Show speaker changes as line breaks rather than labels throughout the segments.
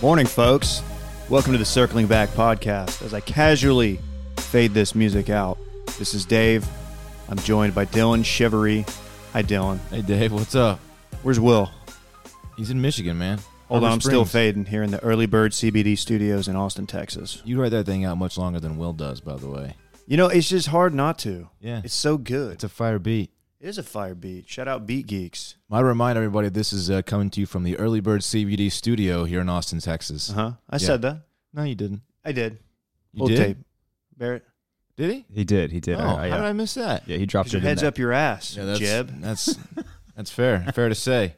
Morning, folks. Welcome to the Circling Back podcast. As I casually fade this music out, this is Dave. I'm joined by Dylan Chivery. Hi, Dylan.
Hey Dave, what's up?
Where's Will?
He's in Michigan, man.
Hold
Harbor
on, I'm still
Springs.
fading here in the Early Bird CBD studios in Austin, Texas.
You write that thing out much longer than Will does, by the way.
You know, it's just hard not to.
Yeah.
It's so good.
It's a fire beat.
it is a fire beat. Shout out Beat Geeks.
I remind everybody this is uh, coming to you from the Early Bird CBD studio here in Austin, Texas.
Uh huh. I
Yeah.
said that.
Uh-huh. No, you didn't.
I did.
You
Old
did?
tape. Barrett,
Did he?
He did. He did.
oh,
I, I,
how
uh,
did I miss that?
yeah, he dropped
put your
it in
heads
there.
up your ass,
Yeah, that's
Jeb.
that's that's fair. Fair to say.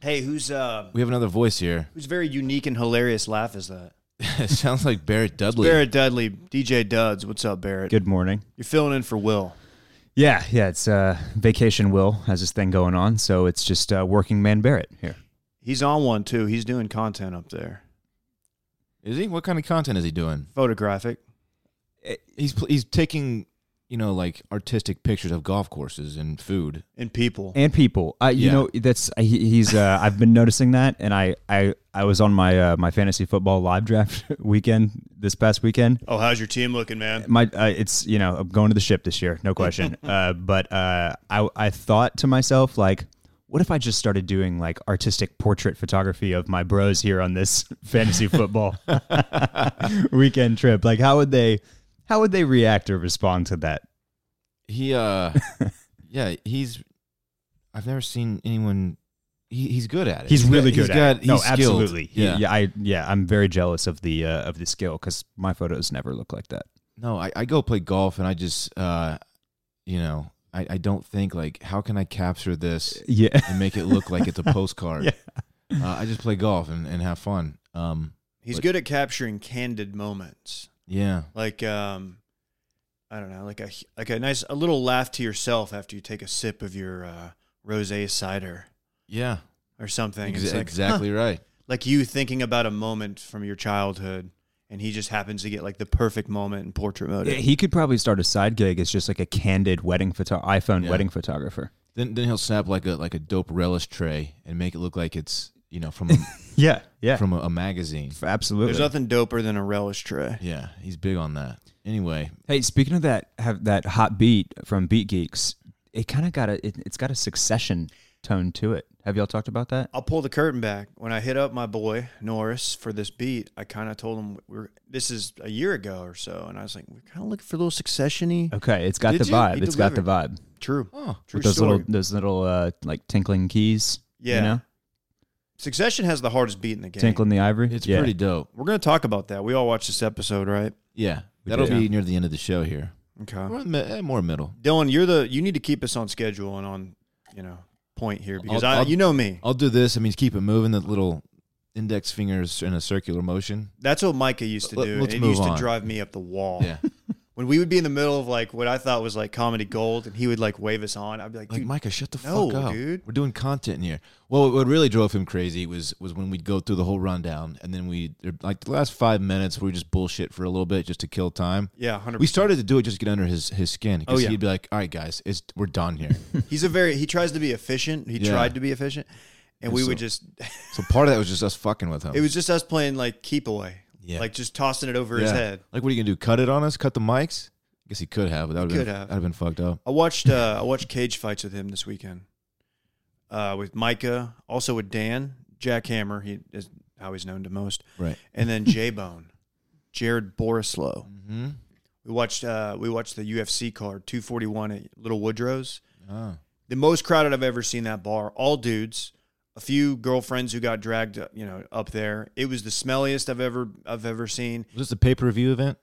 Hey, who's uh,
We have another voice here.
whose very unique and hilarious laugh is that?
it sounds like Barrett Dudley.
Barrett Dudley, DJ Duds. What's up, Barrett?
Good morning.
You're filling in for Will.
Yeah, yeah. It's uh, vacation. Will has this thing going on, so it's just uh, working man Barrett here.
He's on one too. He's doing content up there,
Is he? What kind of content is he doing?
photographic.
Eh, He's pl- he's taking, you know, like artistic pictures of golf courses and food.
And people,
and people. I, you
Yeah.
know, that's I- he, he's. Uh, I've been noticing that, and I, I, I was on my uh, my fantasy football live draft weekend this past weekend.
oh, how's your team looking, man?
My, uh, it's you know, I'm going to the ship this year, no question. uh, but uh, I, I thought to myself like. What if I just started doing like artistic portrait photography of my bros here on this fantasy football weekend trip? Like, how would they, how would they react or respond to that?
He uh yeah, he's I've never seen anyone he, he's good at it.
He's, really
got-
good at
got-
it. No,
he's skilled.
absolutely. He-
yeah.
yeah, I yeah, I'm very jealous of the uh, of the skill because my photos never look like that.
No, I, I go play golf and I just uh you know, I, I don't think like how can I capture this
Yeah,
and make it look like it's a postcard.
Yeah.
Uh, I just play golf and, and have fun. Um
He's good at capturing candid moments,
yeah.
like um, I don't know, like a like a nice a little laugh to yourself after you take a sip of your uh, rosé cider
Yeah.
or something.
Ex-
It's like,
exactly right.
like you thinking about a moment from your childhood, and he just happens to get like the perfect moment in portrait mode.
uh, he could probably start a side gig as just like a candid wedding photo iPhone
Yeah.
wedding photographer.
Then then he'll snap like a like a dope relish tray and make it look like it's you know from a,
Yeah, yeah,
from a, a magazine.
absolutely.
There's nothing doper than a relish tray.
Yeah, he's big on that. Anyway,
hey, speaking of that, have that hot beat from Beat Geeks. It kind of got a it, it's got a succession tone to it. Have y'all talked about that?
I'll pull the curtain back. When I hit up my boy Norris for this beat, I kind of told him we're this is a year ago or so, and I was like, we're kind of looking for a little
Uh,
succession-y.
Okay, it's got
Did
the
you?
vibe.
He
It's got the vibe.
True,
oh,
true
With those
story.
little those little uh like tinkling keys.
Yeah.
you know,
Succession has the hardest beat in the game.
tinkling the ivory.
it's
Yeah.
pretty dope.
We're gonna talk about that. We all watched this episode, right?
Yeah, that'll
did.
be near the end of the show here.
Okay.
More, mi- eh, more middle.
Dylan, you're the you need to keep us on schedule and on you know point here because
I'll-
I
I'll-
you know me.
I'll do this. I mean, keep it moving. That little index fingers in a circular motion.
That's what Micah used to
Let-
do.
let's
and it
move
used to
on.
drive me up the wall.
Yeah,
When we would be in the middle of like what I thought was like comedy gold, and he would like wave us on, I'd be like,
like
dude,
Micah, shut the
no,
fuck up,
dude.
We're doing content in here. Well, what really drove him crazy was was when we'd go through the whole rundown, and then we er, like the last five minutes we just bullshit for a little bit just to kill time.
yeah, hundred.
We started to do it just to get under his his skin because
Oh, yeah.
he'd be like, "All right, guys, it's we're done here."
He's a very he tries to be efficient. He
Yeah.
tried to be efficient, and, we would
so-
just
so part of that was just us fucking with him.
it was just us playing like keep away,
Yeah.
like just tossing it over his
Yeah.
head.
Like, what are you gonna do? Cut it on us? Cut the mics? I guess he could have, but that would
could
have
have.
that'd have been fucked up.
I watched uh, I watched cage fights with him this weekend, uh, with Micah, also with Dan, Jack Hammer, he is how he's known to most,
Right.
and then J Bone, Jared Borislow.
Mm-hmm.
We watched uh, we watched the UFC card two forty one at Little Woodrow's.
Oh.
the most crowded I've ever seen that bar. All dudes, a few girlfriends who got dragged, uh, you know, up there. It was the smelliest I've ever I've ever seen.
Was this a pay per view event?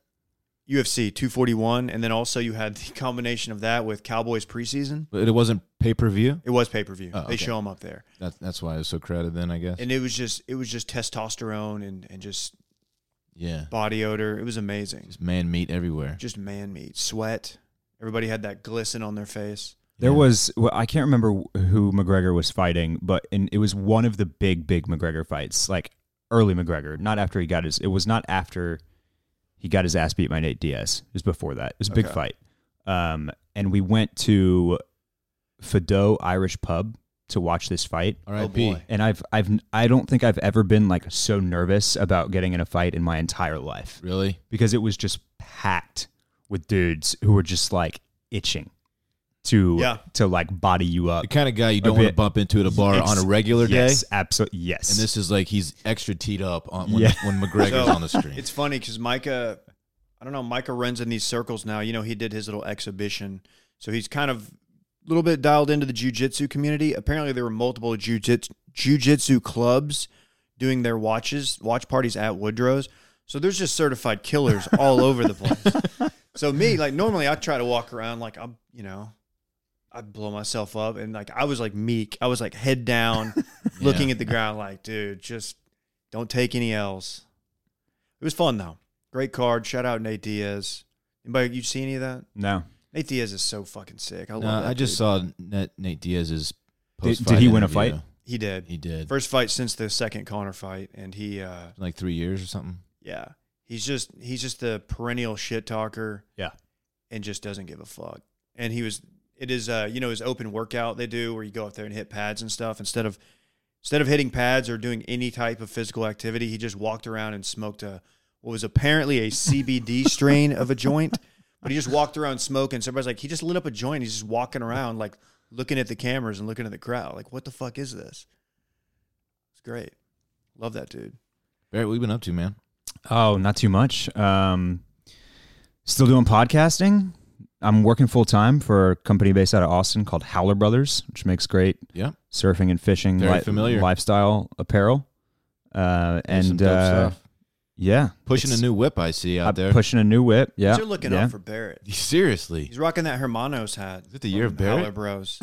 UFC 241, and then also you had the combination of that with Cowboys preseason.
But it wasn't pay per view.
It was pay per view.
Oh,
They
okay.
show them up there,
That's that's why it was so crowded then, I guess.
and it was just it was just testosterone and and just
yeah.
body odor. It was amazing.
Just man meat everywhere.
Just man meat, sweat. Everybody had that glisten on their face.
There
Yeah.
was well, I can't remember who McGregor was fighting, but in, it was one of the big, big McGregor fights, like early McGregor. Not after he got his. It was not after he got his ass beat by Nate Diaz. It was before that. It was a big
Okay.
fight. Um, and we went to Fido Irish Pub to watch this fight.
R.I.P.
oh, boy.
And I've I've I don't think I've ever been like so nervous about getting in a fight in my entire life
really?
because it was just packed with dudes who were just like itching to
Yeah.
to like body you up.
The kind of guy you don't want to
bit-
bump into at a bar
Ex-
on a regular
Yes,
day.
absolutely. Yes.
And this is like he's extra teed up on when,
Yeah.
when McGregor's
So,
on the screen.
It's funny because Micah, I don't know, Micah runs in these circles now. You know, he did his little exhibition. So he's kind of a little bit dialed into the jujitsu community. Apparently, there were multiple jujitsu jujitsu clubs doing their watches, watch parties at Woodrow's. So there's just certified killers all over the place. So me, like normally I try to walk around like I'm, you know, I blow myself up and like I was like meek. I was like head down, looking at the ground like, dude, just don't take any L's. It was fun though. Great card. Shout out Nate Diaz. Anybody you see any of that?
no.
Nate Diaz is so fucking sick. I love
No,
that.
I just
dude.
saw Nate, Nate Diaz's
Did-
post.
did he win a fight?
he did.
He did.
First fight since the second Connor fight, and he uh
like three years or something.
yeah. He's just he's just a perennial shit talker.
Yeah.
And just doesn't give a fuck. And he was it is uh you know his open workout they do where you go up there and hit pads and stuff instead of instead of hitting pads or doing any type of physical activity he just walked around and smoked a what was apparently a CBD strain of a joint but he just walked around smoking so everybody's like he just lit up a joint he's just walking around like looking at the cameras and looking at the crowd like what the fuck is this it's great love that dude
Barrett, what you been up to, man?
Oh, not too much. Um, still doing podcasting. I'm working full time for a company based out of Austin called Howler Brothers, which makes great
Yeah.
surfing and fishing
Very familiar.
lifestyle apparel. Uh,
There's some
and
dope
uh,
stuff.
yeah,
pushing a
it's-
new whip I see out
I'm
there.
pushing a new whip. Yeah,
you're looking
yeah.
up for Barrett
Seriously.
he's rocking that Hermanos hat
Is it the year of
from Howler
Barrett?
Bros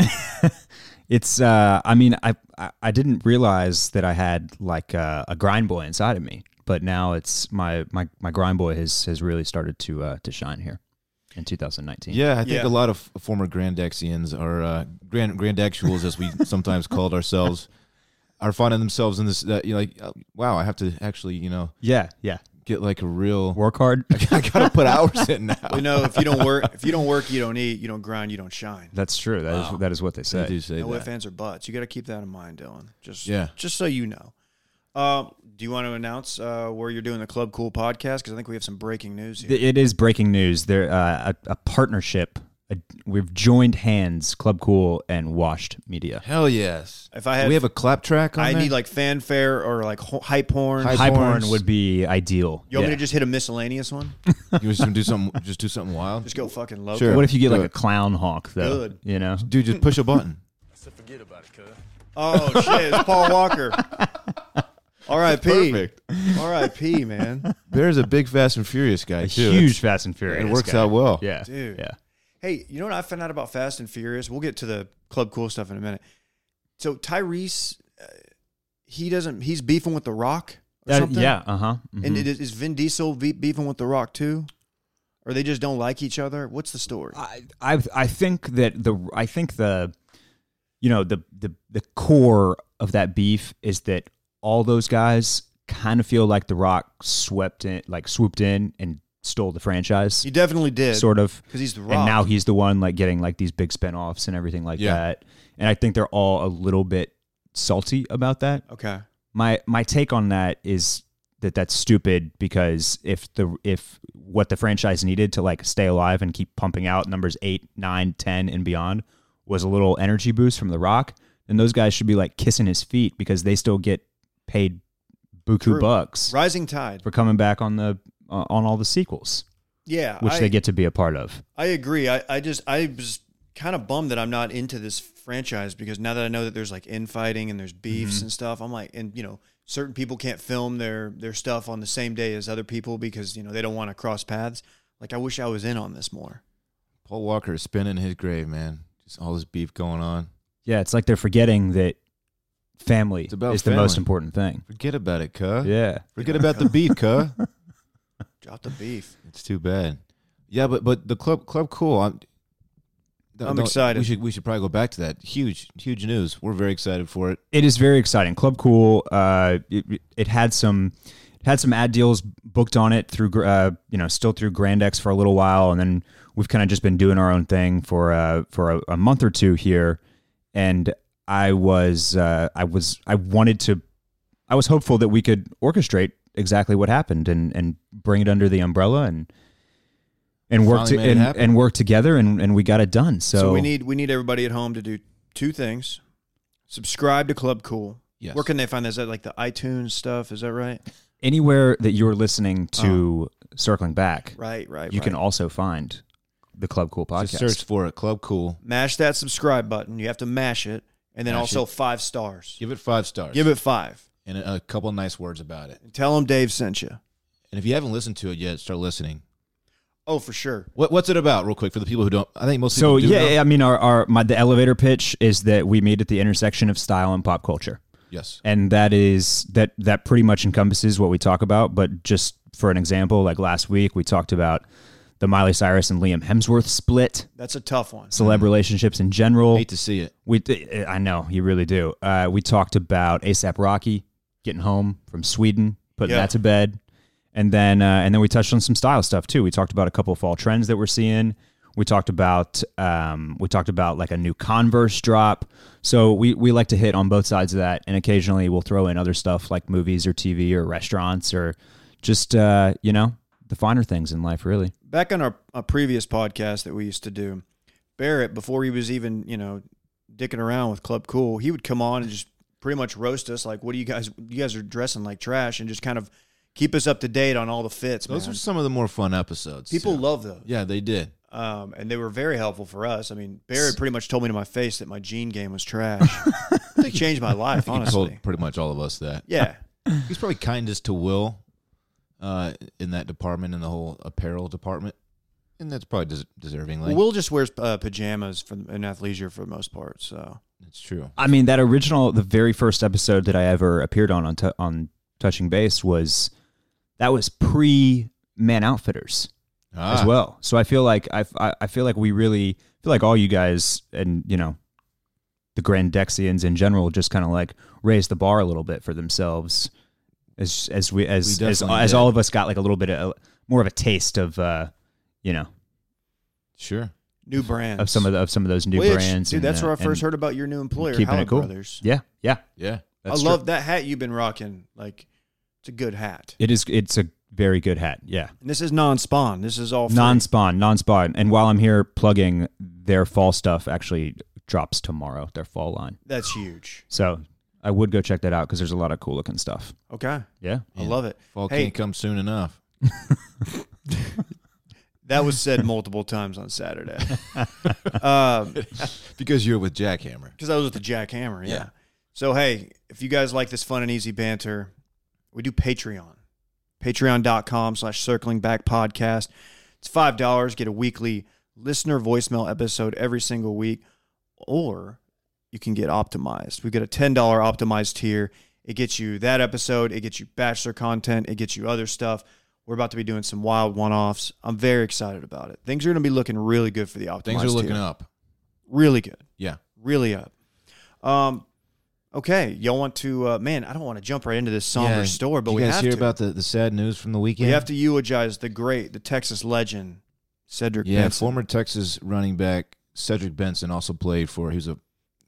It's. Uh, I mean, I, I I didn't realize that I had like uh, a grind boy inside of me, but now it's my my my grind boy has has really started to uh, to shine here in 2019.
Yeah, I think
Yeah.
a lot of former Grandexians or uh, Grand Grandexuals, as we sometimes called ourselves, are finding themselves in this. Uh, you're like, oh, wow, I have to actually, you know,
yeah, yeah.
get like a real.
Work hard.
I gotta put hours in now.
you know, if you don't work, if you don't work, you don't eat, you don't grind, you don't shine.
That's true. That is that is what they
They
say.
do say
No
that.
ifs, ands, or buts. You got to keep that in mind, Dylan. Just
Yeah.
just so you know. Uh, do you want to announce uh, where you're doing the Club Cool podcast? Because I think we have some breaking news here.
Th- It is breaking news. There, uh, a, a partnership. A, we've joined hands, Club Cool and Washed Media.
Hell yes.
If I
Do
had,
we have a clap track on
I
there?
need like fanfare or like ho- hype horn.
Hype-
High
horns.
porn would be ideal.
You want me to
Yeah.
just hit a miscellaneous one?
you just do something. Just do something wild.
Just go fucking low.
Sure.
what if you get
Do
like
it.
a clown hawk though?
Good.
You know,
Dude, just push a button.
Oh shit! It's Paul Walker. R.I.P.
Perfect.
R.I.P. Man,
Bear's a big Fast and Furious guy
a
too.
huge Fast and
It
Furious.
works
guy.
out well.
Yeah,
Dude.
yeah.
Hey, you know what I found out about Fast and Furious? We'll get to the Club Cool stuff in a minute. So Tyrese, uh, he doesn't. He's beefing with The Rock. Or
Uh,
something?
yeah, uh huh.
And it is, is Vin Diesel be- beefing with The Rock too, or they just don't like each other? What's the story?
I, I I think that the I think the you know the the the core of that beef is that all those guys kind of feel like the rock swept in like swooped in and stole the franchise
He definitely did.
sort of
because he's The Rock.
and now he's the one like getting like these big spinoffs and everything like
Yeah.
that and I think they're all a little bit salty about that
okay.
my my take on that is that that's stupid because if the if what the franchise needed to like stay alive and keep pumping out numbers 8 9 10 and beyond was a little energy boost from the rock then those guys should be like kissing his feet because they still get paid buku
True.
bucks
Rising Tide.
for coming back on the uh, on all the sequels
Yeah,
which
I,
they get to be a part of
I agree. I, I just I was kind of bummed that I'm not into this franchise because now that I know that there's like infighting and there's beefs and stuff, I'm like, and you know, certain people can't film their their stuff on the same day as other people because you know they don't want to cross paths. Like I wish I was in on this more.
Paul Walker is spinning his grave, man. Just all this beef going on.
yeah it's like they're forgetting that family
It's about
is the most
family.
important thing
Forget about it, cuh.
yeah
Forget about the beef, cuh.
Drop the beef.
It's too bad. Yeah, but but the club club cool. I'm, th-
I'm
th-
excited.
We should we should probably go back to that. Huge huge news. We're very excited for it.
it is very exciting. Club Cool. Uh, it, it had some it had some ad deals booked on it through gr- uh, you know still through Grand X for a little while, and then we've kind of just been doing our own thing for uh, for a, a month or two here. And I was uh, I was I wanted to I was hopeful that we could orchestrate exactly what happened and and bring it under the umbrella and and work
Finally
to,
made it
and,
happen.
and work together and, and we got it done. So,
So, we need we need everybody at home to do two things: subscribe to Club Cool.
Yes.
Where can they find that? Is that like the iTunes stuff? Is that right?
anywhere that you're listening to
Uh-huh.
circling back,
Right, right.
you can
right.
also find the Club Cool
Just
podcast.
search for it. Club Cool.
mash that subscribe button. You have to mash it, and then
Mash
also five stars.
Give it five stars.
Give it five.
and a, a couple nice words about it.
Tell them Dave sent you.
And if you haven't listened to it yet, start listening.
Oh, for sure.
What, what's it about, real quick, for the people who don't? I think most
So
people do
yeah,
know.
I mean, our, our my the elevator pitch is that we meet at the intersection of style and pop culture,
Yes.
and that is that that pretty much encompasses what we talk about. But just for an example, like last week we talked about the Miley Cyrus and Liam Hemsworth split,
That's a tough one.
Mm.
celeb relationships in general.
Hate to see it.
We uh, I know you really do. Uh, we talked about ASAP Rocky getting home from Sweden, putting
Yeah.
that to bed, and then uh, and then we touched on some style stuff too. We talked about a couple of fall trends that we're seeing. We talked about um, we talked about like a new Converse drop. So we we like to hit on both sides of that, and occasionally we'll throw in other stuff like movies or TV or restaurants or just uh, you know the finer things in life, really.
back on our, a previous podcast that we used to do, Barrett, before he was even, you know, dicking around with Club Cool, he would come on and just pretty much roast us like, what do you guys, you guys are dressing like trash and just kind of keep us up to date on all the fits,
Those
man.
are some of the more fun episodes.
People
too.
love those.
Yeah, they did.
Um, and they were very helpful for us. I mean, Barrett pretty much told me to my face that my gene game was trash. they changed my life,
He told
honestly.
pretty much all of us that.
Yeah.
He's probably kindest to Will uh, in that department, in the whole apparel department. And that's probably des- deservingly.
Well, Will just wears uh, pajamas for, and athleisure for the most part. So
it's true.
I mean, that original, the very first episode that I ever appeared on on, t- on Touching Base was that was pre Man Outfitters
Ah,
as well. So I feel like I, I I feel like we really I feel like all you guys and you know the Grandexians in general just kind of like raised the bar a little bit for themselves as as we as
We
as,
definitely
as
did.
all of us got like a little bit of more of a taste of uh you know
Sure.
new brands.
of some of the, of some of those new
Which,
brands.
Dude,
and,
that's
uh,
where I first
and-
heard about your new employer,
keeping it
Howard
cool.
Brothers.
Yeah, yeah.
Yeah.
that's
I
true.
love that hat you've been rocking. Like, it's a good hat.
It is. It's a very good hat. Yeah.
And this is non-spawn. This is all free.
Non-spawn, non-spawn. And while I'm here plugging, their fall stuff actually drops tomorrow. Their fall line.
That's huge.
So I would go check that out because there's a lot of cool looking stuff.
Okay,
Yeah.
I love it.
Fall
Hey.
can't come soon enough.
That was said multiple times on Saturday. Um,
Because you're with Jackhammer.
Because I was with the jackhammer, yeah.
Yeah.
So hey, if you guys like this fun and easy banter, we do Patreon. Patreon.com slash circling back podcast. It's five dollars. Get a weekly listener voicemail episode every single week. Or you can get optimized. We've got a ten dollar optimized tier. It gets you that episode, it gets you bachelor content, it gets you other stuff. We're about to be doing some wild one offs. I'm very excited about it. Things are gonna be looking really good for the optimized.
Things are looking
tier.
up.
Really good
Yeah.
really up. Um, okay, y'all want to? Uh, man, I don't want to jump right into this somber
Yeah.
story, but
Did
we
you guys
have
hear
to.
about the, the sad news from the weekend?
we have to eulogize the great, the Texas legend, Cedric.
Yeah,
Benson.
former Texas running back Cedric Benson also played for. He was a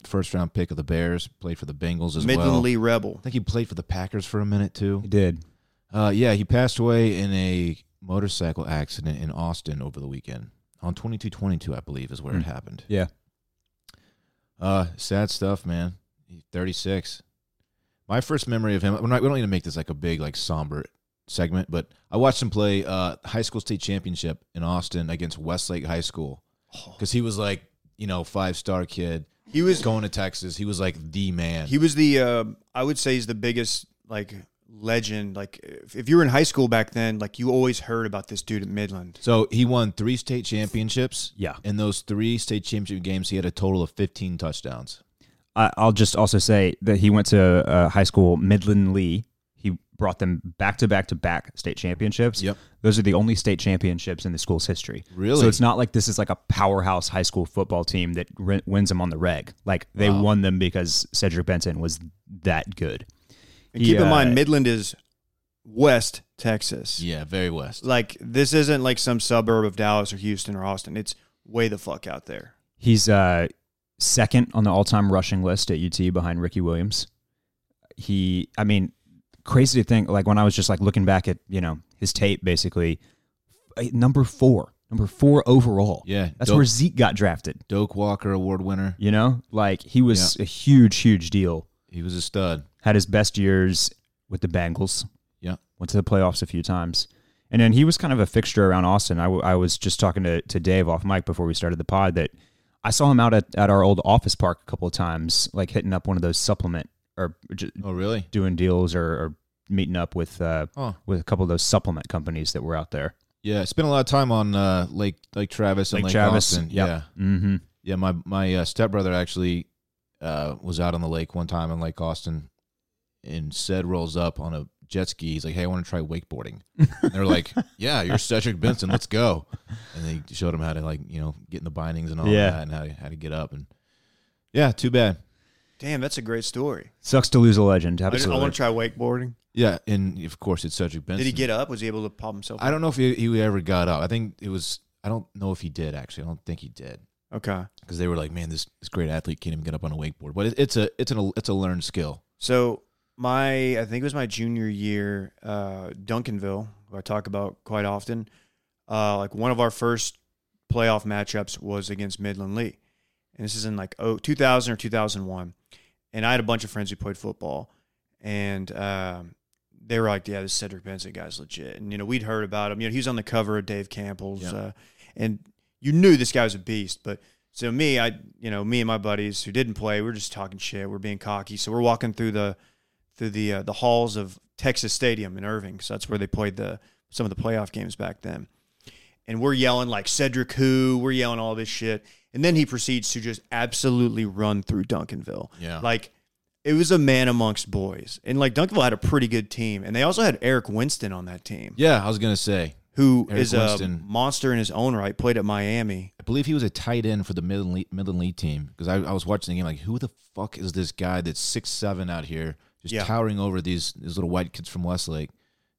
first round pick of the Bears. Played for the Bengals as
Midland
well.
Lee
I
Rebel.
think he played for the Packers for a minute too.
It did.
Uh, yeah, he passed away in a motorcycle accident in Austin over the weekend on twenty two twenty two, I believe, is where it
Hmm.
happened.
Yeah.
Uh, sad stuff, man. He's thirty six. My first memory of him. We're not. We don't need to make this like a big, like somber segment, but I watched him play uh, high school state championship in Austin against Westlake High School because he was like, you know, five star kid.
Oh. He was
going to Texas. He was like the man.
he was the uh, I would say he's the biggest like legend. Like if, if you were in high school back then, like you always heard about this dude at Midland.
so he won three state championships.
Yeah.
In those three state championship games, he had a total of 15 touchdowns.
I, I'll just also say that he went to uh, high school Midland Lee. He brought them back to back to back state championships.
Yep.
Those are the only state championships in the school's history.
Really?
So it's not like this is like a powerhouse high school football team that re- wins them on the reg. Like they won them because Cedric Benson was that good. uh,
And keep in
Yeah.
mind, Midland is West Texas.
Yeah, very west.
Like this isn't like some suburb of Dallas or Houston or Austin. It's way the fuck out there.
He's uh second on the all-time rushing list at UT behind Ricky Williams. He, I mean, crazy to think. Like when I was just like looking back at you know his tape, basically eh, number four, number four overall.
Yeah,
that's
dope.
where Zeke got drafted.
Doak Walker Award winner.
You know, like he was a huge, huge deal.
He was a stud.
Had his best years with the Bengals.
Yeah.
went to the playoffs a few times. And then he was kind of a fixture around Austin. I, w- I was just talking to, to Dave off mic before we started the pod that I saw him out at, at our old office park a couple of times, like hitting up one of those supplement or j-
Oh, really?
doing deals or, or meeting up with uh,
Huh.
with a couple of those supplement companies that were out there.
Yeah, spent a lot of time on uh, Lake Lake Travis and
Lake
Lake,
Travis,
Austin.
yep.
Yeah,
Mm-hmm.
yeah. My my uh, stepbrother actually uh, was out on the lake one time in Lake Austin, and said rolls up on a jet ski. He's like, "Hey, I want to try wakeboarding." And they're like, "Yeah, you're Cedric Benson. Let's go." And they showed him how to like you know get in the bindings and all
Yeah.
that, and how to, how to get up. And yeah, too bad.
Damn, that's a great story.
Sucks to lose a legend.
I, just, I
Absolutely.
want to try wakeboarding.
Yeah, and of course it's Cedric Benson.
Did he get up? Was he able to pop himself?
I
Up?
don't know if he, he ever got up. I think it was. I don't know if he did actually. I don't think he did
Okay.
because they were like, "Man, this, this great athlete can't even get up on a wakeboard." But it, it's a it's an it's a learned skill.
So my, I think it was my junior year, uh, Duncanville, who I talk about quite often. Uh, like one of our first playoff matchups was against Midland Lee, and this is in like oh, 2000 or 2001. And I had a bunch of friends who played football, and um, they were like, "Yeah, this Cedric Benson guy's legit." And you know, we'd heard about him. You know, he was on the cover of Dave Campbell's,
Yeah.
uh, and you knew this guy was a beast, but so me, I you know me and my buddies who didn't play, we are just talking shit. We're being cocky, so we're walking through the through the uh, the halls of Texas Stadium in Irving, because that's where they played the some of the playoff games back then. And we're yelling like Cedric who, we're yelling all this shit, and then he proceeds to just absolutely run through Duncanville.
Yeah.
like it was a man amongst boys, and like Duncanville had a pretty good team, and they also had Eric Winston on that team,
Yeah, I was gonna say.
who
Eric
is
Winston.
a monster in his own right. Played at Miami.
I believe he was a tight end for the Midland League, Midland League team because I, I was watching the game like, who the fuck is this guy that's six seven out here just
Yeah.
towering over these these little white kids from Westlake?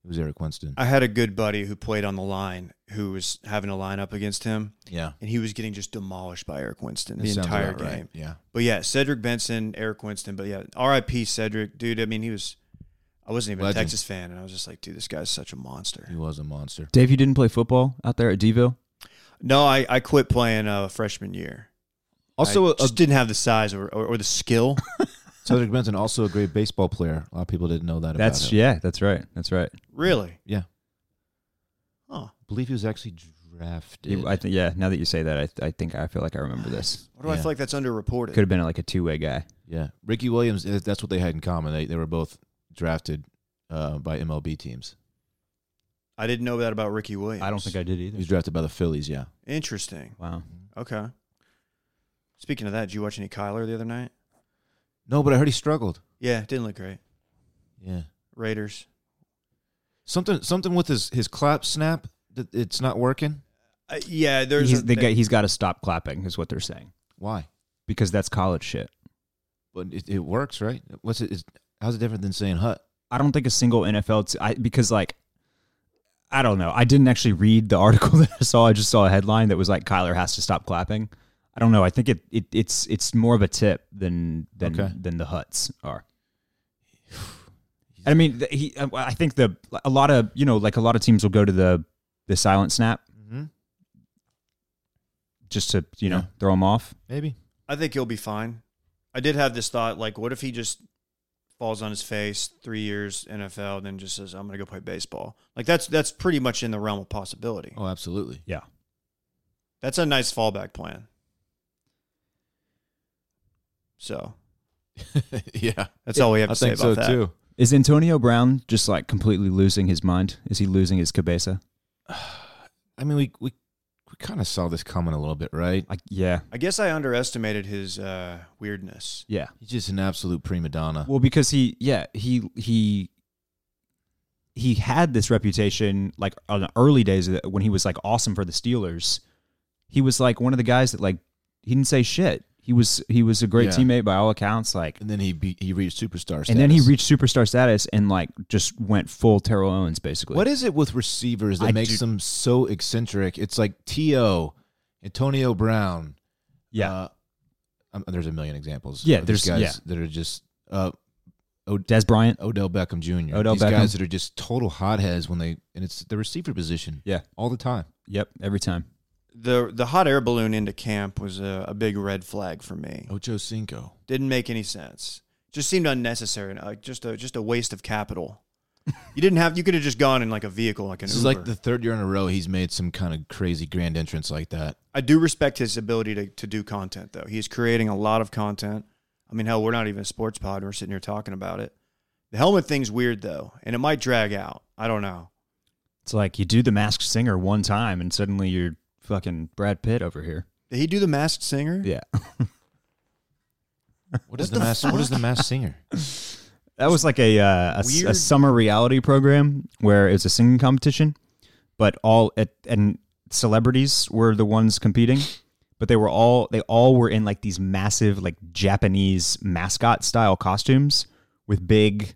It was Eric Winston.
I had a good buddy who played on the line who was having a line up against him,
yeah,
and he was getting just demolished by Eric Winston the
That sounds
entire
about
game.
right. Yeah,
But yeah, Cedric Benson, Eric Winston. But yeah, R.I.P. Cedric, dude. I mean, he was. I wasn't even
Legend.
a Texas fan, and I was just like, dude, this guy's such a monster.
he was a monster.
Dave, you didn't play football out there at Deville?
No, I, I quit playing uh, freshman year.
Also,
I
a,
just didn't have the size or, or, or the skill.
Cedric Benson, also a great baseball player. A lot of people didn't know that. about
That's
him.
yeah, that's right. That's right.
really?
Yeah.
Huh.
I believe he was actually drafted.
You- I think yeah. Now that you say that, I, th- I think I feel like I remember this.
Why do I
Yeah.
feel like that's underreported?
Could have been like a two way guy.
Yeah, Ricky Williams. eh, That's what they had in common. They they were both drafted uh, by MLB teams.
I didn't know that about Ricky Williams.
I did
He
either.
was drafted by the Phillies. Yeah.
Interesting.
Wow.
Okay. Speaking of that, did you watch any Kyler the other night?
No, but I heard he struggled.
Yeah, didn't look great.
Yeah.
Raiders.
Something something with his his clap snap. That it's not working.
Uh, yeah, there's
He's,
a-
the guy, he's got to stop clapping, is what they're saying,
Why?
because that's college shit.
But it, it works, right? What's it? Is, how's it different than saying "hut"?
I don't think a single NFL t- I, because like I don't know. I didn't actually read the article that I saw. I just saw a headline that was like Kyler has to stop clapping. I don't know. I think it, it it's it's more of a tip than than
Okay.
than the huts are. I mean, th- he. I- I think the a lot of you know like a lot of teams will go to the the silent snap
Mm-hmm.
just to you know
Yeah.
throw him off.
Maybe.
I think he'll be fine. I did have this thought, like, what if he just falls on his face three years NFL, then just says, "I'm going to go play baseball." Like that's that's pretty much in the realm of possibility.
Oh, absolutely.
Yeah.
That's a nice fallback plan. So
yeah.
that's all we have
I
to say
think
about
so
that.
too.
Is Antonio Brown just like completely losing his mind? Is he losing his cabeza?
I mean, we we we kind of saw this coming a little bit, right?
Like yeah,
I guess I underestimated his uh, weirdness.
yeah.
He's just an absolute prima donna.
Well, because he, yeah, he he he had this reputation like on the early days of- when he was like awesome for the Steelers. He was like one of the guys that like he didn't say shit. He was he was a great
Yeah.
teammate by all accounts. Like,
and then he be, he reached superstar status.
and then he reached superstar status and like just went full Terrell Owens basically.
What is it with receivers that
I
makes
do-
them so eccentric? It's like T.O., Antonio Brown.
Yeah,
Uh, um, there's a million examples.
Yeah,
of these
there's-
guys that are just uh,
Des Bryant.
Odell Beckham Jr.
Odell
these
Beckham.
guys that are just total hotheads when they and it's the receiver position.
Yeah.
all the time.
Yep, every time.
The the hot air balloon into camp was a, a big red flag for me.
Ocho Cinco.
Didn't make any sense. Just seemed unnecessary and like just a just a waste of capital. You didn't have. You could have just gone in like a vehicle, like an
This
Uber.
is like the third year in a row he's made some kind of crazy grand entrance like that.
I do respect his ability to, to do content though. He's creating a lot of content. I mean, hell, we're not even a sports pod. We're sitting here talking about it. The helmet thing's weird though, and it might drag out. I don't know.
It's like you do the masked singer one time and suddenly you're fucking Brad Pitt over here.
Did he do the masked singer?
Yeah.
What is the, mass? What is the mass singer?
That was like a, uh, a, s- a
Weird.
summer reality program where it was a singing competition, but all at, and celebrities were the ones competing, but they were all they all were in like these massive like Japanese mascot style costumes with big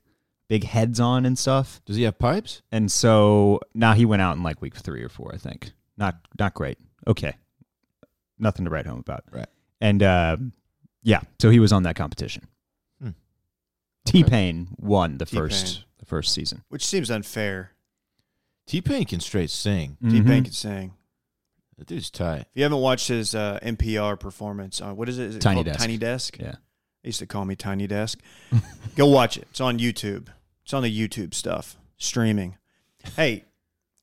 big heads on and stuff.
Does he have pipes?
And so now he went out in like week three or four, I think. Not not great. Okay, nothing to write home about.
Right.
And uh, yeah, so he was on that competition.
Hmm.
T Pain won the
T-Pain.
first the first season.
Which seems unfair.
T Pain can straight sing.
T Pain
Mhm.
could sing.
That dude's tight.
If you haven't watched his uh, NPR performance, uh, what is it? Is it
Tiny
called
Desk.
Tiny Desk.
Yeah.
They used to call me Tiny Desk. Go watch it. It's on YouTube. It's on the YouTube stuff streaming. Hey,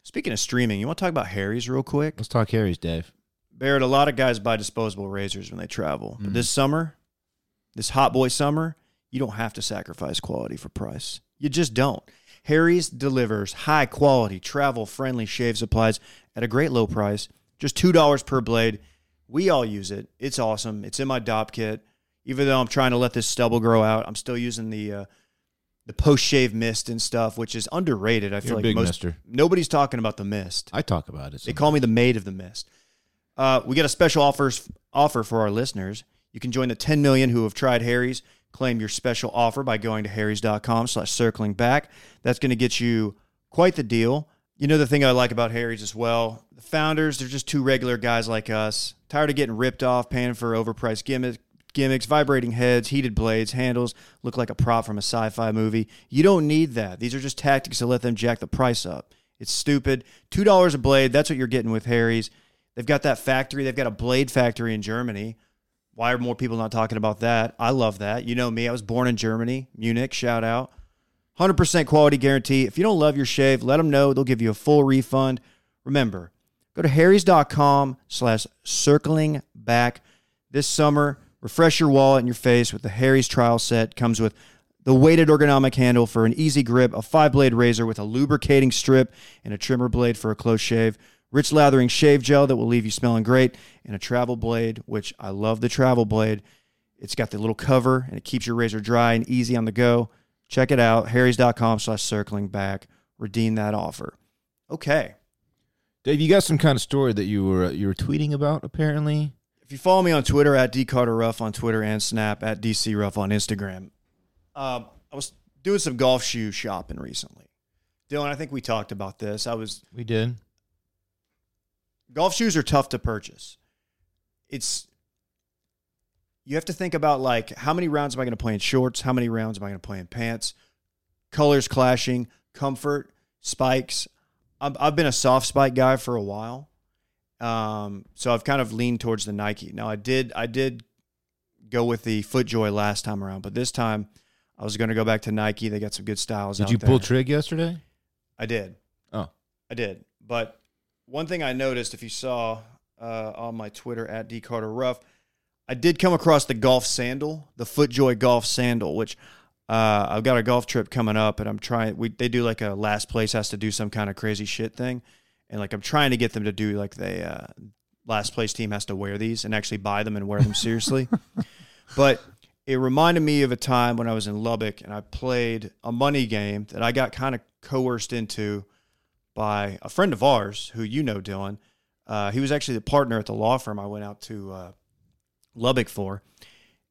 speaking of streaming, you want to talk about Harry's real quick?
Let's talk Harry's, Dave.
Barrett, a lot of guys buy disposable razors when they travel. But
Mm.
Mhm.
this summer, this hot boy summer, you don't have to sacrifice quality for price. You just don't. Harry's delivers high quality, travel friendly shave supplies at a great low price, just $2 per blade. We all use it. It's awesome. It's in my DOP kit. Even though I'm trying to let this stubble grow out, I'm still using the uh, the post shave mist and stuff, which is underrated. I feel
You're a
like
big
most
mister.
nobody's talking about the mist.
I talk about it.
They call me the maid of the mist. Uh, we got a special offers offer for our listeners. You can join the 10 million who have tried Harry's. Claim your special offer by going to harrys.com slash circling back. That's going to get you quite the deal. You know, the thing I like about Harry's as well, the founders, they're just two regular guys like us, tired of getting ripped off, paying for overpriced gimmicks. Gimmicks, vibrating heads, heated blades, handles look like a prop from a sci fi movie. You don't need that. These are just tactics to let them jack the price up. It's stupid. $2 a blade, that's what you're getting with Harry's. They've got that factory, they've got a blade factory in Germany. Why are more people not talking about that? I love that. You know me, I was born in Germany, Munich, shout out. 100% quality guarantee. If you don't love your shave, let them know. They'll give you a full refund. Remember, go to harrys.com slash circling back this summer. Refresh your wallet and your face with the Harry's trial set. Comes with the weighted ergonomic handle for an easy grip, a five blade razor with a lubricating strip, and a trimmer blade for a close shave, rich lathering shave gel that will leave you smelling great, and a travel blade, which I love the travel blade. It's got the little cover and it keeps your razor dry and easy on the go. Check it out, harrys.com slash circling back. Redeem that offer. Okay.
Dave, you got some kind of story that you were uh, you were tweeting about apparently.
If you follow me on Twitter at dcarterruff on Twitter and Snap at dcruff on Instagram, um, I was doing some golf shoe shopping recently. Dylan, I think we talked about this. I was
We did.
golf shoes are tough to purchase. It's you have to think about like how many rounds am I going to play in shorts? How many rounds am I going to play in pants? Colors clashing, comfort, spikes. I've, I've been a soft spike guy for a while, um, so I've kind of leaned towards the Nike. Now I did I did go with the FootJoy last time around, but this time I was going to go back to Nike. They got some good styles.
Did
out
you
there.
pull trig yesterday?
I did.
Oh.
I did. But one thing I noticed, if you saw uh, on my Twitter at D Carter Ruff, I did come across the golf sandal, the FootJoy golf sandal, which uh, I've got a golf trip coming up, and I'm trying. We they do like a last place has to do some kind of crazy shit thing, and like I'm trying to get them to do like they uh, last place team has to wear these and actually buy them and wear them seriously. but it reminded me of a time when I was in Lubbock and I played a money game that I got kind of coerced into by a friend of ours who you know, Dylan. Uh, he was actually the partner at the law firm I went out to uh, Lubbock for.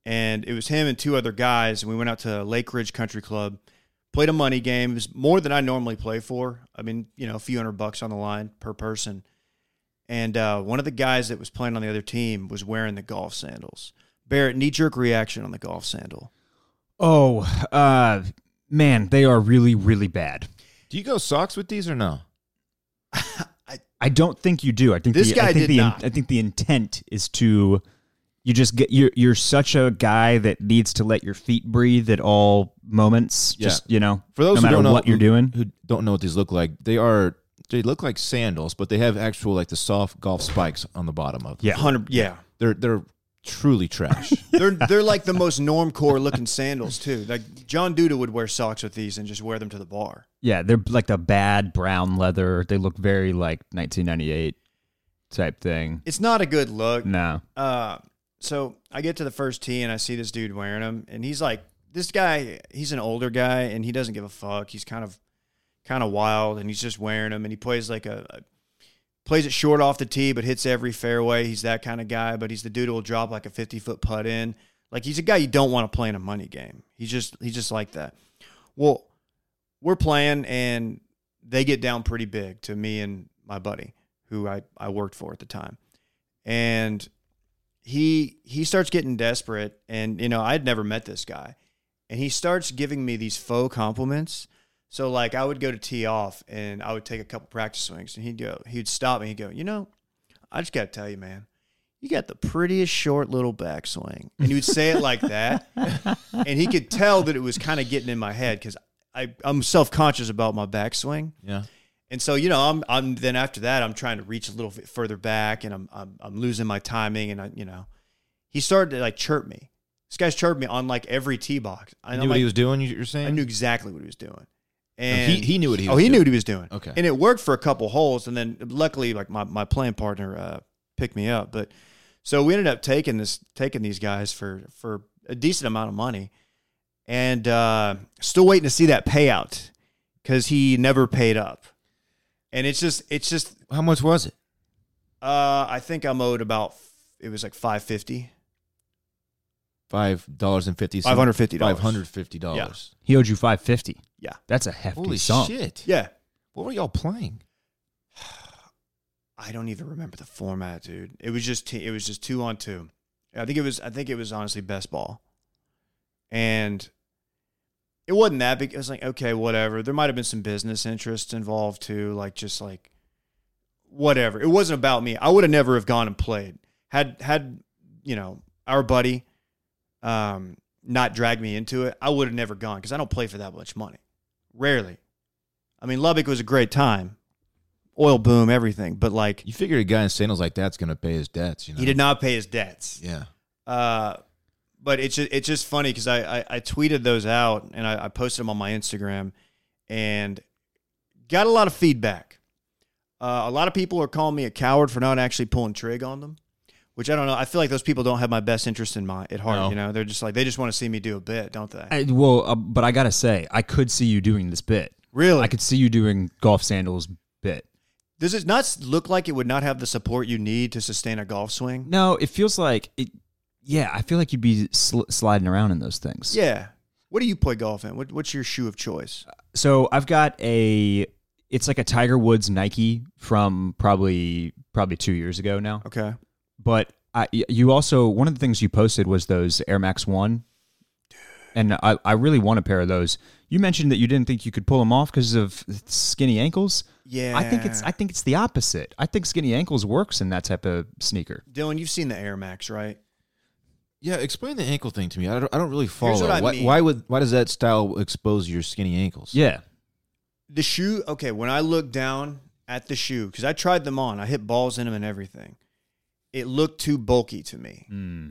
And it was him and two other guys. And we went out to Lake Ridge Country Club, played a money game. It was more than I normally play for. I mean, you know, a few hundred bucks on the line per person. And uh, one of the guys that was playing on the other team was wearing the golf sandals. Barrett, knee jerk reaction on the golf sandal.
Oh, uh, man, they are really, really bad.
Do you go socks with these or no?
I don't think you do. I think
This
the,
guy
I think
did
the, in-
not.
I think the intent is to you just get you're you're such a guy that needs to let your feet breathe at all moments.
Yeah.
Just you know,
For those who
no matter
don't know mm-hmm.
what you're doing.
Who don't know what these look like? They are they look like sandals, but they have actual like the soft golf spikes on the bottom of. them.
Yeah.
Hundred, yeah.
they're they're truly trash.
They're they're like the most normcore looking sandals too. Like John Duda would wear socks with these and just wear them to the bar.
Yeah, they're like the bad brown leather. They look very like 1998 type thing.
It's not a good look.
No.
Uh, so I get to the first tee and I see this dude wearing them, and he's like, this guy, he's an older guy and he doesn't give a fuck. He's kind of, kind of wild, and he's just wearing them, and he plays like a, a plays it short off the tee, but hits every fairway. He's that kind of guy, but he's the dude who will drop like a fifty foot putt in. Like he's a guy you don't want to play in a money game. He's just he's just like that. Well, we're playing and they get down pretty big to me and my buddy who I, I worked for at the time. And he he starts getting desperate and you know i'd never met this guy and he starts giving me these faux compliments so like i would go to tee off and i would take a couple practice swings and he'd go he'd stop me and he'd go you know i just gotta tell you man you got the prettiest short little backswing and he would say it like that and he could tell that it was kind of getting in my head because i'm self-conscious about my backswing
yeah.
and so, you know, I'm, I'm then after that, I'm trying to reach a little bit further back and I'm, I'm, I'm losing my timing. And I, you know, he started to like chirp me. This guy's chirped me on like every tee box. And
You
I'm
knew what
like-
he was doing. you- You're saying
I knew exactly what he was doing. And
he- he knew what he
oh,
was
he
doing.
knew what he was doing.
Okay.
And it worked for a couple holes. And then luckily, like my, my playing partner uh, picked me up. But so we ended up taking this, taking these guys for, for a decent amount of money and uh, still waiting to see that payout because he never paid up. And it's just, it's just,
how much was it?
uh, I think I'm owed about, it was like 550
Five dollars and fifty.
$550.
Five hundred fifty dollars.
He owed you 550.
Yeah.
That's a hefty
Holy
sum.
shit!
Yeah.
What were y'all playing?
I don't even remember the format, dude. It was just t- it was just two on two. I think it was I think it was honestly best ball, and it wasn't that big. It was like okay, whatever. There might have been some business interests involved too, like just like whatever. It wasn't about me. I would have never have gone and played had had you know our buddy um not dragged me into it. I would have never gone because I don't play for that much money. Rarely. I mean, Lubbock was a great time, oil boom, everything, but like
You figure a guy in sandals like that's gonna pay his debts. You know.
he did not pay his debts.
Yeah.
Uh, but it's just, it's just funny because I, I I tweeted those out and I, I posted them on my Instagram and got a lot of feedback. Uh, a lot of people are calling me a coward for not actually pulling trig on them, which I don't know. I feel like those people don't have my best interest in my at heart.
No.
You know, they're just like they just want to see me do a bit, don't they?
I, well, uh, but I got to say, I could see you doing this bit.
really,
I could see you doing golf sandals bit.
does it not s- look like it would not have the support you need to sustain a golf swing?
No, it feels like it. Yeah, I feel like you'd be sl- sliding around in those things.
Yeah. What do you play golf in? What, what's your shoe of choice?
Uh, So I've got a. It's like a Tiger Woods Nike from probably probably two years ago now.
Okay.
But I, y- you also one of the things you posted was those Air Max One, and I, I really want a pair of those. You mentioned that you didn't think you could pull them off because of skinny ankles.
Yeah.
I think it's I think it's the opposite. I think skinny ankles works in that type of sneaker.
Dylan, you've seen the Air Max, right?
Yeah. Explain the ankle thing to me. I don't. I don't really follow.
what I
why,
mean.
why would? Why does that style expose your skinny ankles?
Yeah,
The shoe, okay, when I looked down at the shoe, because I tried them on, I hit balls in them and everything. It looked too bulky to me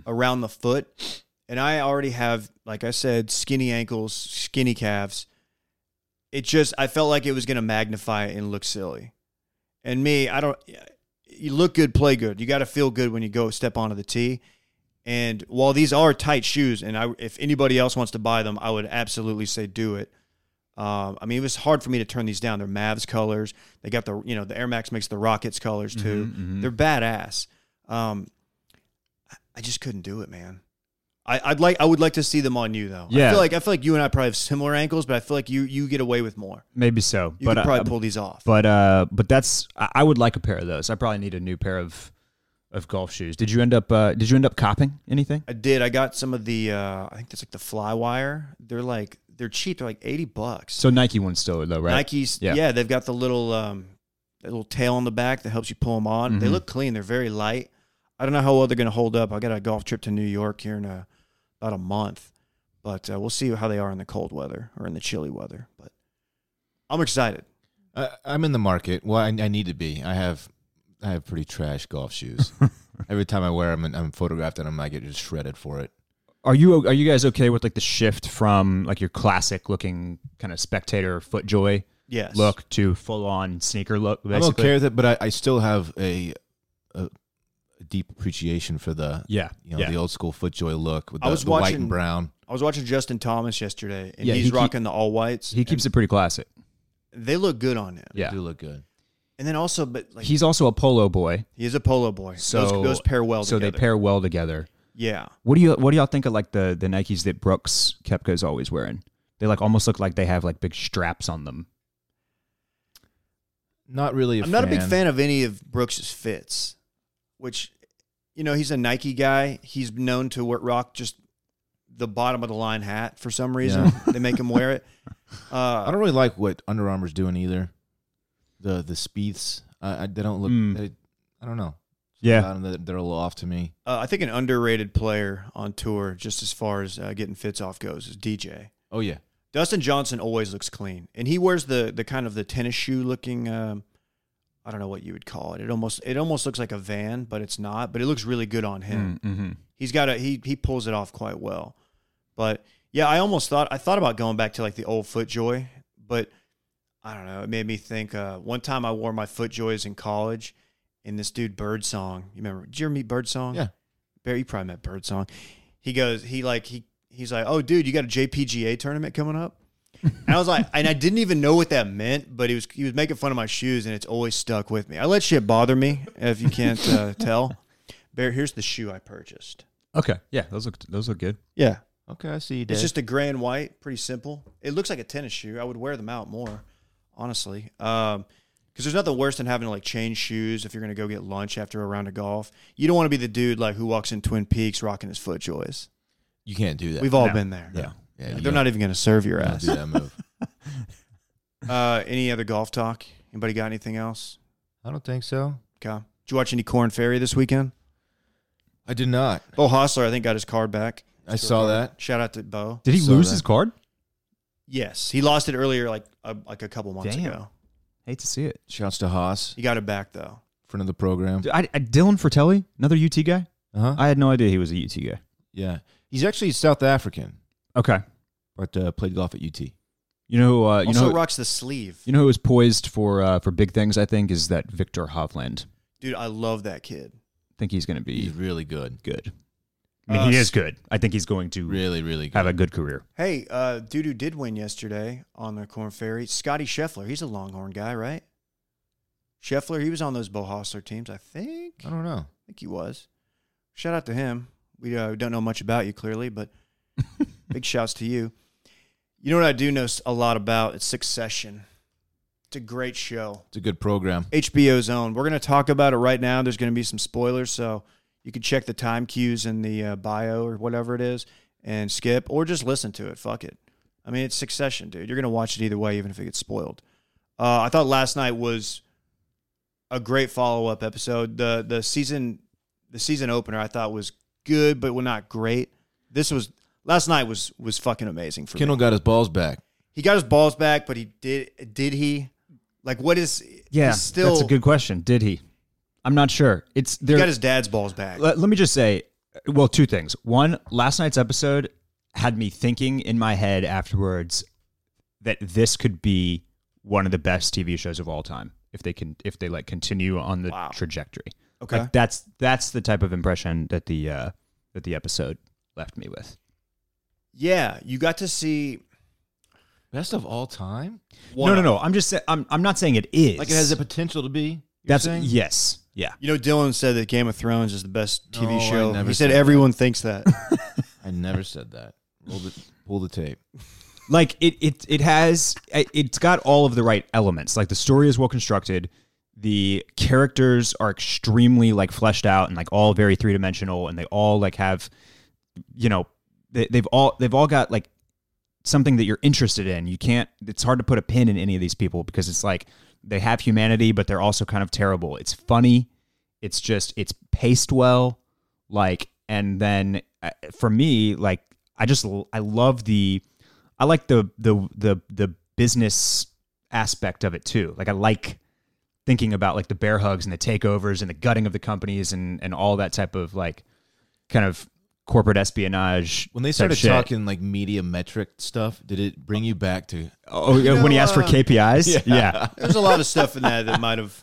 around the foot. And I already have, like I said, skinny ankles, skinny calves. It just, I felt like it was going to magnify and look silly. And me, I don't, you look good, play good. You got to feel good when you go step onto the tee. And while these are tight shoes, and I, if anybody else wants to buy them, I would absolutely say do it. Um, I mean, it was hard for me to turn these down. They're Mavs colors. They got the you know the Air Max makes the Rockets colors
Mm-hmm,
too. They're badass. Um, I- I just couldn't do it, man. I, I'd like I would like to see them on you though. I
Yeah.
feel like I feel like you and I probably have similar ankles, but I feel like you you get away with more.
maybe so.
You
but
could
I-
probably pull these off.
but uh, but that's I, I would like a pair of those. I probably need a new pair of of golf shoes. Did you end up? Uh, did you end up copping anything?
I did. I got some of the. Uh, I think that's like the fly wire. They're like they're cheap. They're like eighty bucks.
So Nike one's still though, right?
Nikes.
Yeah.
Yeah. they've got the little um, that little tail on the back that helps you pull them on. They
Mhm.
look clean. They're very light. I don't know how well they're going to hold up. I got a golf trip to New York here in a, about a month, but uh, we'll see how they are in the cold weather or in the chilly weather. But I'm excited.
I, I'm in the market. Well, I, I need to be. I have I have pretty trash golf shoes. Every time I wear them, and I'm photographed and I'm, I get just shredded for it.
Are you are you guys okay with like the shift from like your classic looking kind of spectator FootJoy
Yes.
look to full on sneaker look?
I'm
Basically?
okay with it, but I, I still have a, a a deep appreciation for the
Yeah,
you know
yeah.
the old school FootJoy look with
I
the,
was
the white
watching-
and brown.
I was watching Justin Thomas yesterday, and
Yeah,
he's
he keep-
rocking the all whites.
he keeps it pretty classic.
They look good on him.
Yeah,
They do look good.
And then also, but like
he's also a polo boy,
he is a polo boy.
so
those, those pair well.
So
together.
they pair well together.
Yeah.
What do you what do y'all think of like the the Nikes that Brooks Kepka's always wearing? They like almost look like they have like big straps on them.
Not really. i
I'm not a big fan of any of Brooks's fits, which, you know, he's a Nike guy. He's known to wear, rock just the bottom of the line hat for some reason. they make him wear it.
I
Uh,
don't really like what Under Armour's doing either. The the Speeds. I, I they don't look.
Mm.
They, I don't know.
Yeah.
About 'em that- they're a little off to me.
uh, I think an underrated player on tour, just as far as uh, getting fits off goes, is DJ.
Oh yeah.
Dustin Johnson always looks clean, and he wears the the kind of the tennis shoe looking. Um, I don't know what you would call it. It almost it almost looks like a van, but it's not. But it looks really good on him.
Mm-hmm.
he's got a he he pulls it off quite well. But yeah, I almost thought I thought about going back to like the old FootJoy, but I don't know. It made me think. Uh, one time I wore my FootJoys in college, and this dude Birdsong. You remember? Did you ever meet Birdsong?
Yeah.
Barry, you probably met Birdsong. He goes. He like he he's like, oh dude, you got a JPGA tournament coming up. And I was like, and I didn't even know what that meant, but he was he was making fun of my shoes, and it's always stuck with me. I let shit bother me if you can't uh, tell. Bear, here's the shoe I purchased.
Okay, yeah, those look those look good.
Yeah.
Okay, I see you.
It's
Dave.
just a gray and white, pretty simple. It looks like a tennis shoe. I would wear them out more, honestly. Um, because there's nothing worse than having to like change shoes if you're gonna go get lunch after a round of golf. You don't want to be the dude like who walks in Twin Peaks rocking his foot joys.
you can't do that.
We've all
No.
been there.
yeah. Yeah, you
They're not even gonna serve your
don't
ass.
do that move.
Uh, any other golf talk? Anybody got anything else?
I don't think so.
Okay. Did you watch any Corn Ferry this weekend?
I did not.
Bo Hostler, I think, got his card back.
I saw that.
Shout out to Bo.
Did he
Saw
lose
that.
his card?
Yes, he lost it earlier, like a, like a couple months
Damn.
ago.
Hate to see it.
Shouts to Haas,
He got it back though.
friend of the program.
I, I, Dylan Fratelli, another UT guy.
Uh huh.
I had no idea he was a UT guy.
Yeah, he's actually South African,
Okay,
but uh, played golf at UT.
you know, who, uh, you
also
know, who-
rocks the sleeve.
you know who is poised for uh, for big things. I think is that Victor Hovland. I
Dude, I love that kid.
think he's going to
He's
be
really good,
good. I mean,
Uh,
he is good. I think he's going to
really, really good.
have a good career.
Hey, uh, dude who did win yesterday on the Corn Ferry, Scotty Scheffler. He's a Longhorn guy, right? Scheffler, he was on those Bo Hostler teams, I think.
I don't know.
I think he was. Shout out to him. We uh, don't know much about you, clearly, but big shouts to you. You know what I do know s- a lot about? It's Succession. It's a great show.
It's a good program.
HBO's own. We're going to talk about it right now. There's going to be some spoilers, so you can check the time cues in the uh, bio or whatever it is and skip or just listen to it. Fuck it. I mean, it's Succession, dude. You're going to watch it either way, even if it gets spoiled. Uh, I thought last night was a great follow up episode. the the season The season opener I thought was good, but well, not great. This was last night was was fucking amazing for me.
Kendall got his balls back.
He got his balls back, but he did did he? Like, what is?
Yeah,
he's still
that's a good question. Did he? I'm not sure. It's
He
there.
got his dad's balls back.
let, let me just say, well, two things. One, last night's episode had me thinking in my head afterwards that this could be one of the best TV shows of all time if they can if they like continue on the
Wow.
trajectory.
Okay.
Like, that's that's the type of impression that the uh, that the episode left me with.
Yeah, you got to see.
Best of all time.
One
no, no, no. I'm just sa- I'm I'm not saying it is.
Like it has the potential to be. You're
that's
saying?
yes. Yeah.
You know, Dylan said that Game of Thrones is the best TV
No, I
show.
never
He said
said
everyone thinks that.
I never said that. Roll the, pull the tape.
eh, like it it it has it's got all of the right elements like the story is well constructed the characters are extremely like fleshed out and like all very three dimensional, and they all like have, you know, they, they've all they've all got like something that you're interested in. You can't. It's hard to put a pin in any of these people because it's like they have humanity, but they're also kind of terrible. It's funny. It's just it's paced well, like, and then uh, for me, like, I just l- I love the, I like the the the the business aspect of it too. Like, I like thinking about like the bear hugs and the takeovers and the gutting of the companies and and all that type of like kind of corporate espionage
When they
type
started
shit.
talking like media metric stuff, did it bring you back to?
Oh, yeah, when he asked for
uh,
KPIs? Yeah.
There's a lot of stuff in that that might have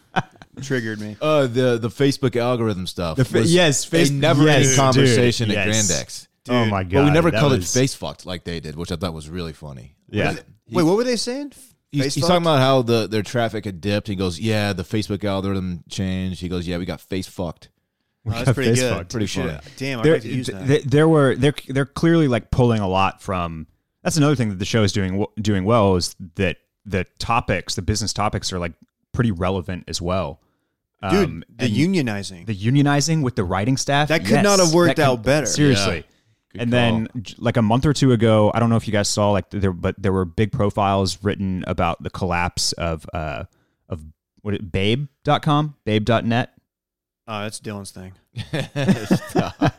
triggered me.
Uh, the the Facebook algorithm stuff.
The fa- yes, face-
a never-ending
yes, dude,
conversation at
yes.
Grandex.
oh my god.
but we never
that
called
was-
it face fucked like they did, which I thought was really funny.
Yeah.
Wait, what were they saying?
He's,
Face
he's
fucked?
talking about how the their traffic had dipped. He goes, "Yeah, the Facebook algorithm changed." He goes, "Yeah, we got face fucked."
Oh, that's
got
pretty
face
good.
fucked.
Pretty
Shit.
funny.
Damn, I
There,
got to use that.
th- there were they're they're clearly like pulling a lot from. That's another thing that the show is doing w- doing well is that the topics, the business topics, are like pretty relevant as well.
Dude,
Um,
the
and
unionizing.
the unionizing with the writing staff
That could not have worked out better.
Seriously.
Good
and then, j- like a month or two ago, I don't know if you guys saw, like there, but there were big profiles written about the collapse of uh of what it, Babe.com, Babe.net,
oh, that's Dylan's thing.
Stop.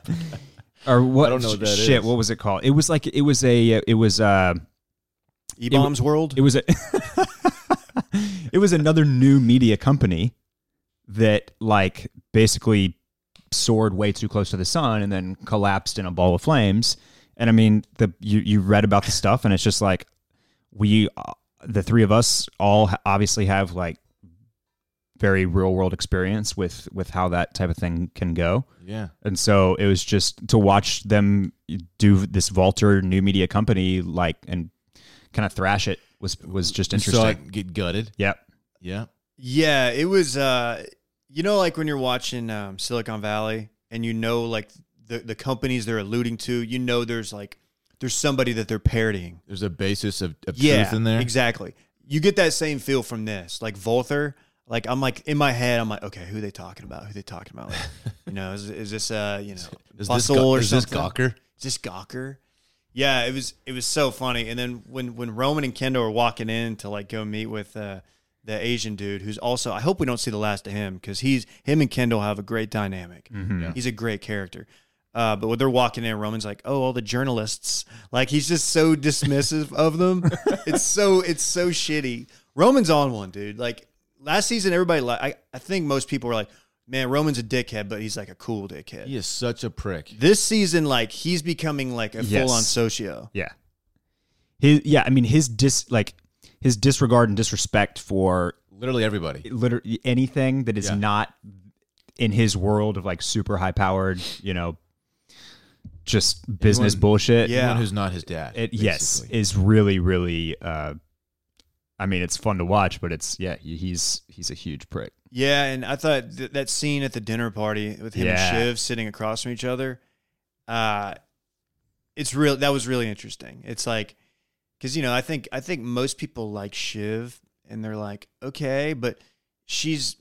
or what?
don't know what that
shit.
is.
What was it called? It was like it was a it was uh
E-bombs world.
it was a it was another new media company that like basically soared way too close to the sun and then collapsed in a ball of flames and i mean the you you read about the stuff and it's just like we uh, the three of us all ha- obviously have like very real world experience with with how that type of thing can go
yeah,
and so it was just to watch them do this Valter new media company like and kind of thrash it was was just
You saw
interesting.
it get gutted.
Yep.
Yeah,
yeah, it was. Uh, you know, like when you're watching um, Silicon Valley, and you know, like the the companies they're alluding to. You know, there's like there's somebody that they're parodying.
there's a basis of, of
yeah,
truth in there.
Exactly. You get that same feel from this, like Volther. Like I'm like in my head, I'm like, okay, who they talking about? Who they talking about? Like, you know, is, is this uh, you know,
Is this,
bustle
Go-
or
is this
something?
Gawker?
Is this Gawker? Yeah, it was it was so funny. And then when when Roman and Kendall are walking in to like go meet with uh, the Asian dude, who's also I hope we don't see the last of him because he's him and Kendall have a great dynamic. He's a great character. Uh, but when they're walking in, Roman's like, "Oh, all the journalists!" Like he's just so dismissive of them. It's so it's so shitty. Roman's on one, dude. Like last season, everybody like I, I think most people were like, "Man, Roman's a dickhead," but he's like a cool dickhead
He is such a prick.
this season, like he's becoming like a
Yes.
full on socio.
Yeah. His yeah, I mean his dis like his disregard and disrespect for
Literally everybody.
literally anything that is
Yeah.
not in his world of like super high powered, you know, just business
Anyone-
bullshit.
Yeah.
Anyone who's not his dad.
It, yes,
basically.
is really really uh I mean it's fun to watch, but it's yeah, he's he's a huge prick.
Yeah, and I thought th- that scene at the dinner party with him
Yeah.
and Shiv sitting across from each other, uh, it's real. That was really interesting. It's like because you know I think I think most people like Shiv and they're like okay, but she's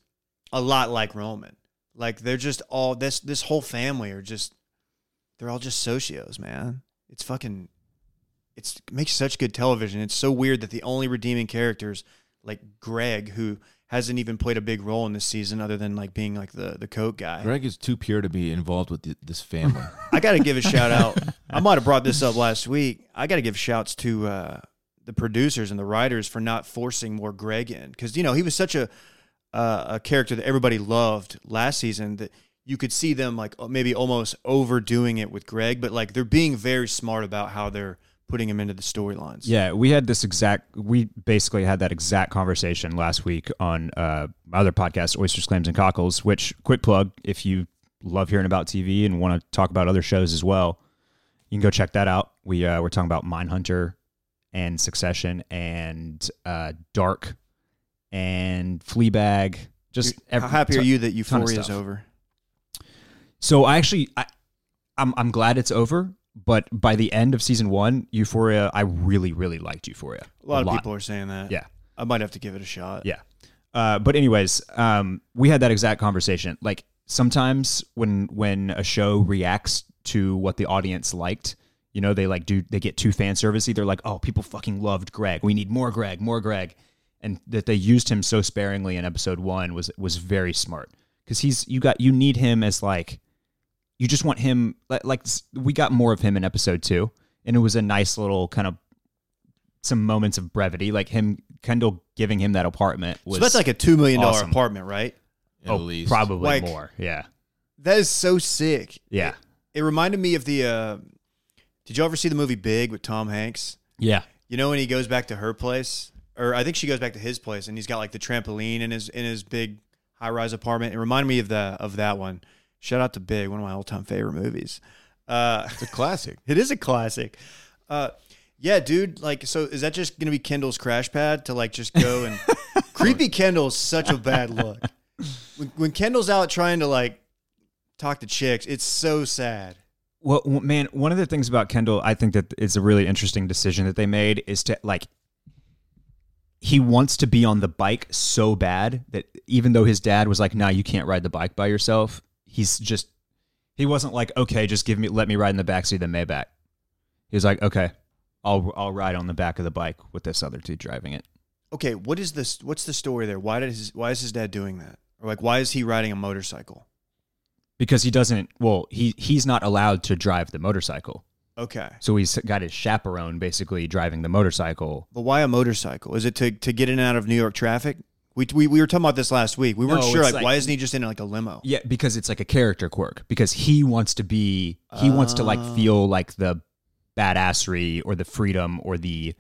a lot like Roman. Like they're just all this this whole family are just they're all just socios, man. It's fucking it's it makes such good television. It's so weird that the only redeeming characters like Greg who hasn't even played a big role in this season other than like being like the the coat guy.
Greg is too pure to be involved with th- this family.
I got to give a shout out. I might have brought this up last week. I got to give shouts to uh, the producers and the writers for not forcing more Greg in because you know he was such a uh, a character that everybody loved last season that you could see them like maybe almost overdoing it with Greg, but like they're being very smart about how they're putting him into the storylines.
Yeah, we had this exact. We basically had that exact conversation last week on uh, my other podcast, Oysters, Clams, and Cockles. Which quick plug, if you love hearing about TV and want to talk about other shows as well, you can go check that out. We uh, we're talking about Mindhunter and Succession and uh, Dark and Fleabag. Just
how
every-
happy are you that
ton of
Euphoria is
stuff.
over?
So I actually, I, I'm I'm glad it's over. But by the end of season one, Euphoria, I really really liked Euphoria.
A lot of people are saying that.
Yeah.
I might have to give it a shot.
Yeah. Uh, but anyways, um, we had that exact conversation. Like sometimes when when a show reacts to what the audience liked, you know, they like do they get too fan servicey. They're like, oh, people fucking loved Greg. We need more Greg, more Greg, and that they used him so sparingly in episode one was was very smart because he's you got you need him as like you just want him like, like s- we got more of him in episode two and it was a nice little kind of some moments of brevity like him kendall giving him that apartment was
so that's like a $2 million
awesome.
apartment, right?
At
oh,
least.
probably
Like-
more yeah
That is so sick.
yeah
It reminded me of the. Uh, did y'all ever see the movie Big with Tom Hanks?
yeah
You know when he goes back to her place, or I think she goes back to his place, and he's got like the trampoline in his in his big high rise apartment. It reminded me of the of that one. Shout out to Big, one of my all time favorite movies. Uh,
It's a classic.
it is a classic. Uh, yeah, dude. Like, so is that just gonna be Kendall's crash pad to like just go and creepy Kendall's such a bad look. When, when Kendall's out trying to like talk to chicks, it's so sad.
well w- man one of the things about kendall i think that it's a really interesting decision that they made is to like he wants to be on the bike so bad that even though his dad was like nah you can't ride the bike by yourself he's just he wasn't like okay just give me let me ride in the backseat of the maybach he was like okay i'll i'll ride on the back of the bike with this other dude driving it
Okay, what is this? What's the story there? Why did his Why is his dad doing that? Or like, why is he riding a motorcycle?
because he doesn't well he he's not allowed to drive the motorcycle
Okay,
so he's got his chaperone basically driving the motorcycle
but why a motorcycle? Is it to to get in and out of New York traffic? We we, we were talking about this last week. We weren't
No,
sure.
it's
Like,
like-
why isn't he just in like a limo?
Yeah, because it's like a character quirk. Because he wants to be, he wants to like
Oh.
feel like the badassery or the freedom or the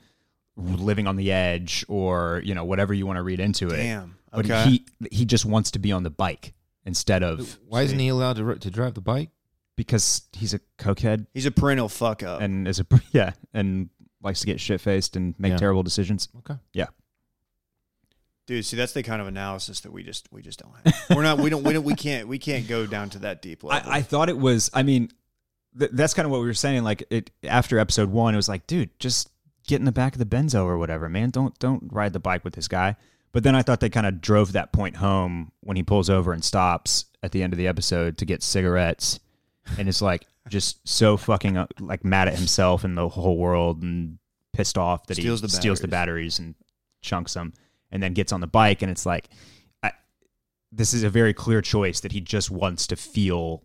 living on the edge or you know whatever you want to read into it.
Damn.
But
Okay.
he he just wants to be on the bike instead of
Why isn't he allowed to, ri- to drive the bike?
because he's a cokehead
He's a perennial fuck up.
and is a yeah and likes to get shit faced and make
Yeah.
terrible decisions.
Okay.
Dude, see, that's the kind of analysis that we just we just don't have. We're not we don't we don't we can't we can't go down to that deep level.
I, I thought it was. I mean, th- that's kind of what we were saying. Like it after episode one, it was like, dude, just get in the back of the Benzo or whatever, man. Don't don't ride the bike with this guy. But then I thought they kind of drove that point home when he pulls over and stops at the end of the episode to get cigarettes, and is like just so fucking uh, like mad at himself and the whole world and pissed off that
Steals
he
the
steals the batteries and chunks them, and then gets on the bike and it's like. I, this is a very clear choice that he just wants to feel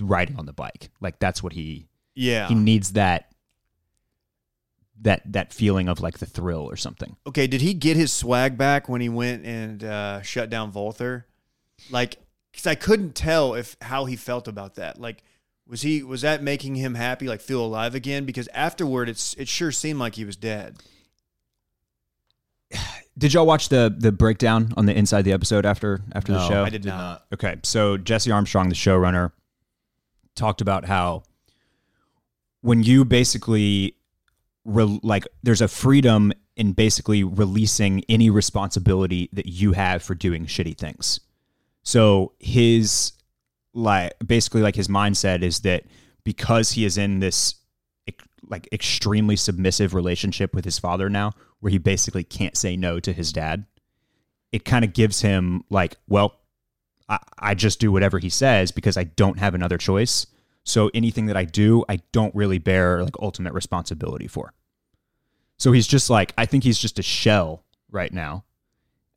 riding on the bike. Like that's what he
yeah.
he needs that that that feeling of like the thrill or something.
Okay, did he get his swag back when he went and uh, shut down Volther? Like, because I couldn't tell if how he felt about that. Like, was he was that making him happy, like feel alive again? Because afterward, it's it sure seemed like he was dead.
Did y'all watch the the breakdown on the inside the episode after after the
No,
show?
I did, not.
Okay, so Jesse Armstrong, the showrunner, talked about how when you basically re- like there's a freedom in basically releasing any responsibility that you have for doing shitty things. So his like basically like his mindset is that because he is in this ec- like extremely submissive relationship with his father now where he basically can't say no to his dad it kind of gives him like well I, I just do whatever he says because I don't have another choice. So anything that I do, I don't really bear like ultimate responsibility for. So he's just like, I think he's just a shell right now.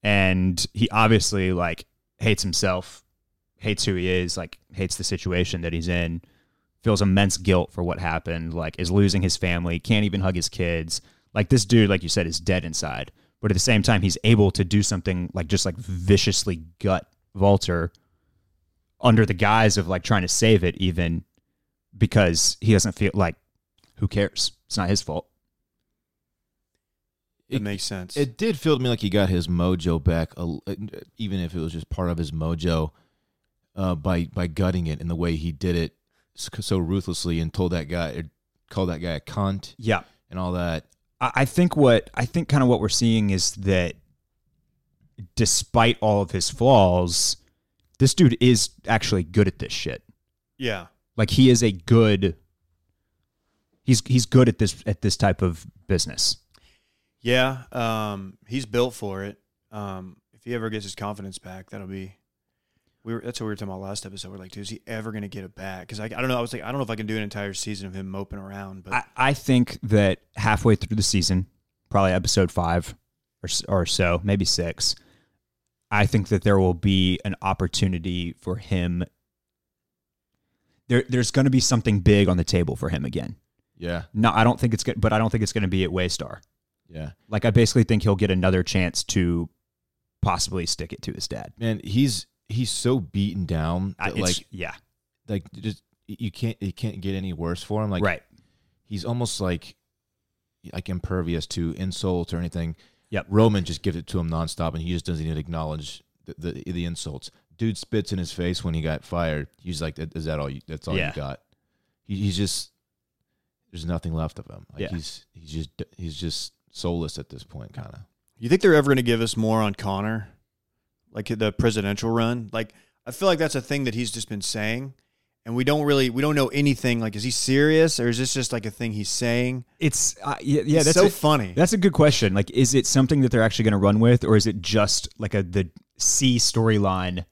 And he obviously like hates himself, hates who he is, like hates the situation that he's in, feels immense guilt for what happened, like is losing his family, can't even hug his kids. Like this dude, like you said, is dead inside. But at the same time, he's able to do something like just like viciously gut Walter under the guise of like trying to save it, even because he doesn't feel like who cares? It's not his fault.
It,
It-
makes sense.
It did feel to me like he got his mojo back, a l- uh, even if it was just part of his mojo, uh, by by gutting it in the way he did it s- so ruthlessly and told that guy, or called that guy a cunt
Yeah.
and all that.
I I think what I think kind of what we're seeing is that despite all of his flaws, this dude is actually good at this shit.
yeah,
Like he is a good he's he's good at this at this type of business.
yeah. Um, he's built for it. Um, if he ever gets his confidence back, that'll be. We were, that's what we were talking about last episode. We're like, dude, is he ever going to get it back? Because I, I don't know. I was like, I don't know if I can do an entire season of him moping around. But
I, I think that halfway through the season, probably episode five or, s- or so, maybe six, I think that there will be an opportunity for him. There, there's going to be something big on the table for him again.
Yeah,
No, I don't think it's good, but I don't think it's going to be at Waystar.
yeah,
Like, I basically think he'll get another chance to possibly stick it to his dad.
man. He's he's so beaten down
I,
that
it's-
like
yeah,
like just you can't it can't get any worse for him. Like
right.
he's almost like like impervious to insult or anything.
Yep.
Roman just gives it to him nonstop, and he just doesn't even acknowledge the the, the insults. Dude spits in his face when he got fired. He's like, "Is that all? You, that's all
Yeah.
you got?" He, he's just there's nothing left of him. Like
Yeah.
he's he's just he's just soulless at this point, kind of.
you think they're ever going to give us more on Connor, like the presidential run? Like, I feel like that's a thing that he's just been saying, and we don't really, we don't know anything. Like, is he serious or is this just like a thing he's saying?
It's uh, yeah, yeah.
It's
That's
so
it.
funny.
That's a good question. Like, is it something that they're actually going to run with, or is it just like a the C storyline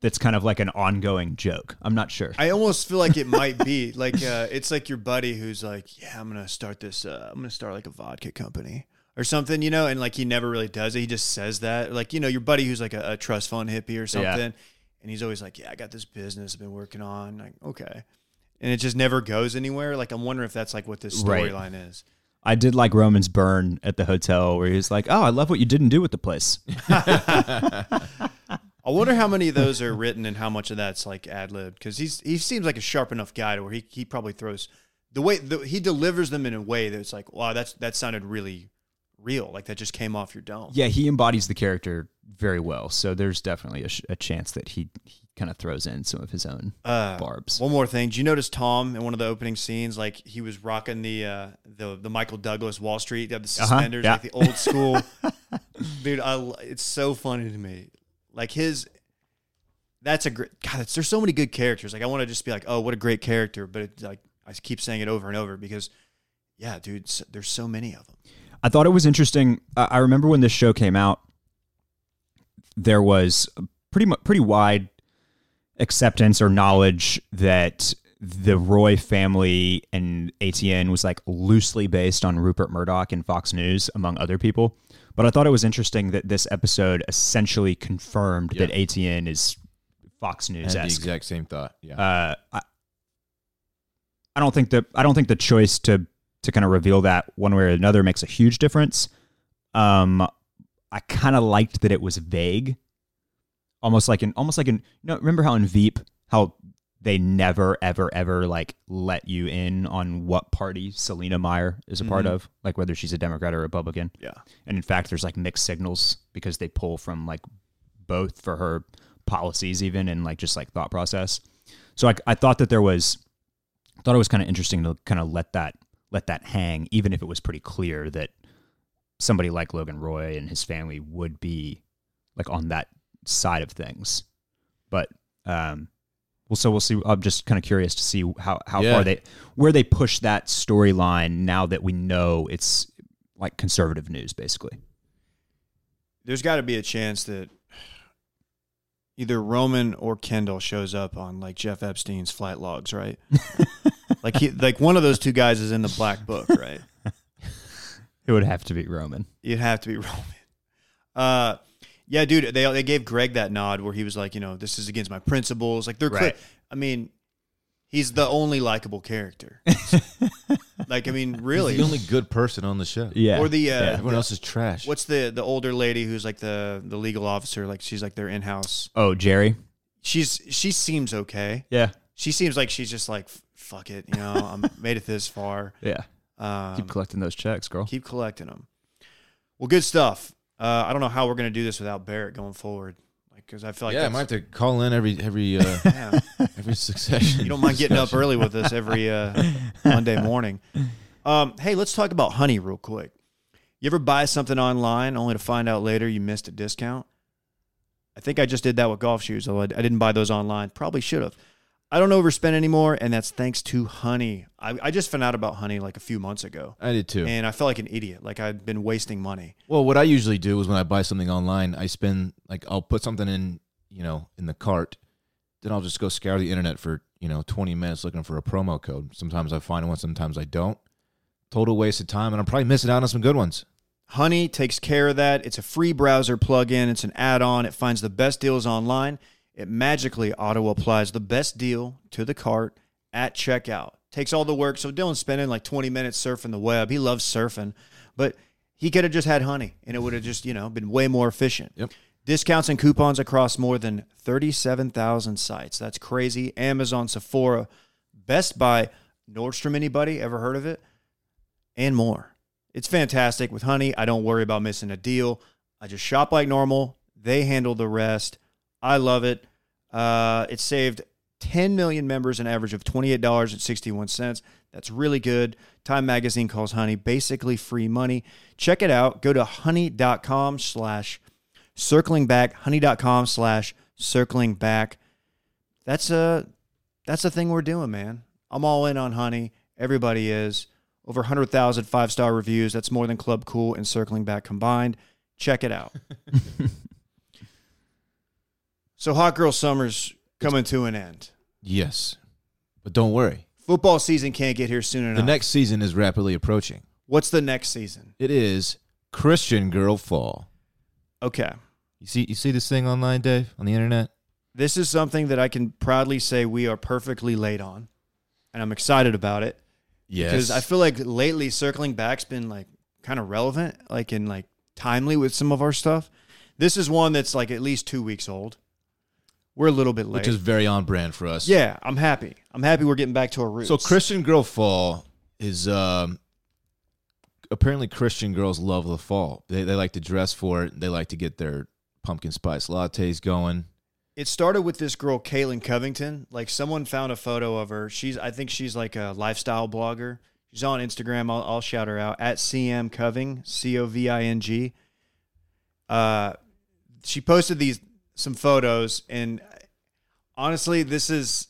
that's kind of like an ongoing joke? I'm not sure.
I almost feel like it might be like uh, it's like your buddy who's like, yeah, I'm gonna start this. Uh, I'm gonna start like a vodka company or something, you know. And like he never really does it. He just says that, like you know, your buddy who's like a, a trust fund hippie or something, and he's always like, yeah, I got this business I've been working on. Like okay, and it just never goes anywhere. Like I'm wondering if that's like what this
Right.
storyline is.
I did like Roman's burn at the hotel where he was like, "Oh, I love what you didn't do with the place."
I wonder how many of those are written and how much of that's like ad lib because he's he seems like a sharp enough guy to where he, he probably throws the way the, he delivers them in a way that's like wow that's that sounded really real like that just came off your dome.
Yeah, he embodies the character very well. So there's definitely a, sh- a chance that he, he kind of throws in some of his own
Uh,
barbs.
One more thing, did you notice Tom in one of the opening scenes? Like he was rocking the uh, the the Michael Douglas Wall Street, the suspenders,
yeah.
like the old school. Dude, I, l- it's so funny to me. Like his, that's a great God. It's, there's so many good characters. Like I want to just be like, oh, what a great character. But it's like I keep saying it over and over because, yeah, dude, s there's so many of them.
I thought it was interesting. I, I remember when this show came out, there was a pretty mu- pretty wide acceptance or knowledge that the Roy family and ATN was like loosely based on Rupert Murdoch and Fox News, among other people. But I thought it was interesting that this episode essentially confirmed
Yeah.
that ATN is Fox
I had
News
the
esque.
exact same thought. Yeah,
Uh, I, I don't think the I don't think the choice to to kind of reveal that one way or another makes a huge difference. Um, I kind of liked that it was vague, almost like an almost like an. You know, remember how in Veep how they never ever ever like let you in on what party Selena Meyer is a part
Mhm.
of, like whether she's a Democrat or Republican.
Yeah.
And in fact, there's like mixed signals because they pull from like both for her policies, even and like just like thought process. So I, I thought that there was, I thought it was kind of interesting to kind of let that let that hang, even if it was pretty clear that somebody like Logan Roy and his family would be like on that side of things. But um, well, so we'll see. I'm just kind of curious to see how how
Yeah.
far they where they push that storyline now that we know it's like conservative news, basically.
there's got to be a chance that either Roman or Kendall shows up on like Jeff Epstein's flight logs, right? like he, like one of those two guys is in the black book, right?
It would have to be Roman.
You'd have to be Roman. Uh, yeah, dude, they they gave Greg that nod where he was like, you know, this is against my principles. Like they're, clear-
Right.
I mean, he's the only likable character. like, I mean, really,
He's the only good person on the show.
Yeah.
or the uh,
everyone else is trash.
what's the the older lady who's like the the legal officer? Like she's like their in house.
oh Jerry.
She's she seems okay.
Yeah.
she seems like she's just like "F- fuck it you know i'm made it this far
Yeah.
um, keep,
collecting those checks, girl.
collecting them well good stuff uh, i don't know how we're gonna do this without barrett going forward like because i feel like
yeah, I might have
that's-
to call in every every uh,
yeah,
every succession.
you don't mind getting up early with us every uh, monday morning um, hey let's talk about honey real quick you ever buy something online only to find out later you missed a discount i think i just did that with golf shoes although i I didn't buy those online probably should have I don't overspend anymore, and that's thanks to Honey. I, I just found out about Honey like a few months ago,
I did too.
and I felt like an idiot. Like I'd been wasting money.
Well, what I usually do is when I buy something online, I spend like I'll put something in, you know, in the cart, then I'll just go scour the internet for, you know, 20 minutes looking for a promo code. Sometimes I find one, sometimes I don't. Total waste of time and I'm probably missing out on some good ones.
Honey takes care of that. It's a free browser plugin, it's an add on. It finds the best deals online. It magically auto applies the best deal to the cart at checkout. Takes all the work. So Dylan's spending like 20 minutes surfing the web. He loves surfing, but he could have just had honey and it would have just, you know, been way more efficient.
Yep.
Discounts and coupons across more than 37,000 sites. That's crazy. Amazon, Sephora, Best Buy, Nordstrom, anybody ever heard of it? and more. It's fantastic with Honey. I don't worry about missing a deal. I just shop like normal. They handle the rest. I love it. Uh, it saved 10 million members an average of $28.61. That's really good. Time Magazine calls Honey basically free money. Check it out. Go to honey.com slash circling back, honey.com slash circling back. That's uh, a that's the thing we're doing, man. I'm all in on honey. Everybody is. Over 100,000 five star reviews. That's more than Club Cool and Circling Back combined. Check it out. so, Hot Girl Summer's coming to an end.
Yes. But don't worry.
Football season can't get here soon enough.
The next season is rapidly approaching.
What's the next season?
It is Christian Girl Fall.
Okay.
You see you see this thing online, Dave, on the internet?
This is something that I can proudly say we are perfectly late on, and I'm excited about it. because I feel like lately circling back's been like kind of relevant, like in like timely with some of our stuff. This is one that's like at least two weeks old. We're a little bit late.
which is very on brand for us.
yeah, I'm happy. I'm happy we're getting back to our roots.
So Christian Girl Fall is um, apparently Christian girls love the fall. They they like to dress for it. They like to get their pumpkin spice lattes going.
it started with this girl, Kaylin Covington. Like someone found a photo of her. She's, I think she's like a lifestyle blogger. She's on Instagram. I'll, I'll shout her out at CM Coving, C O V I N G. Uh, she posted these some photos, and honestly, this is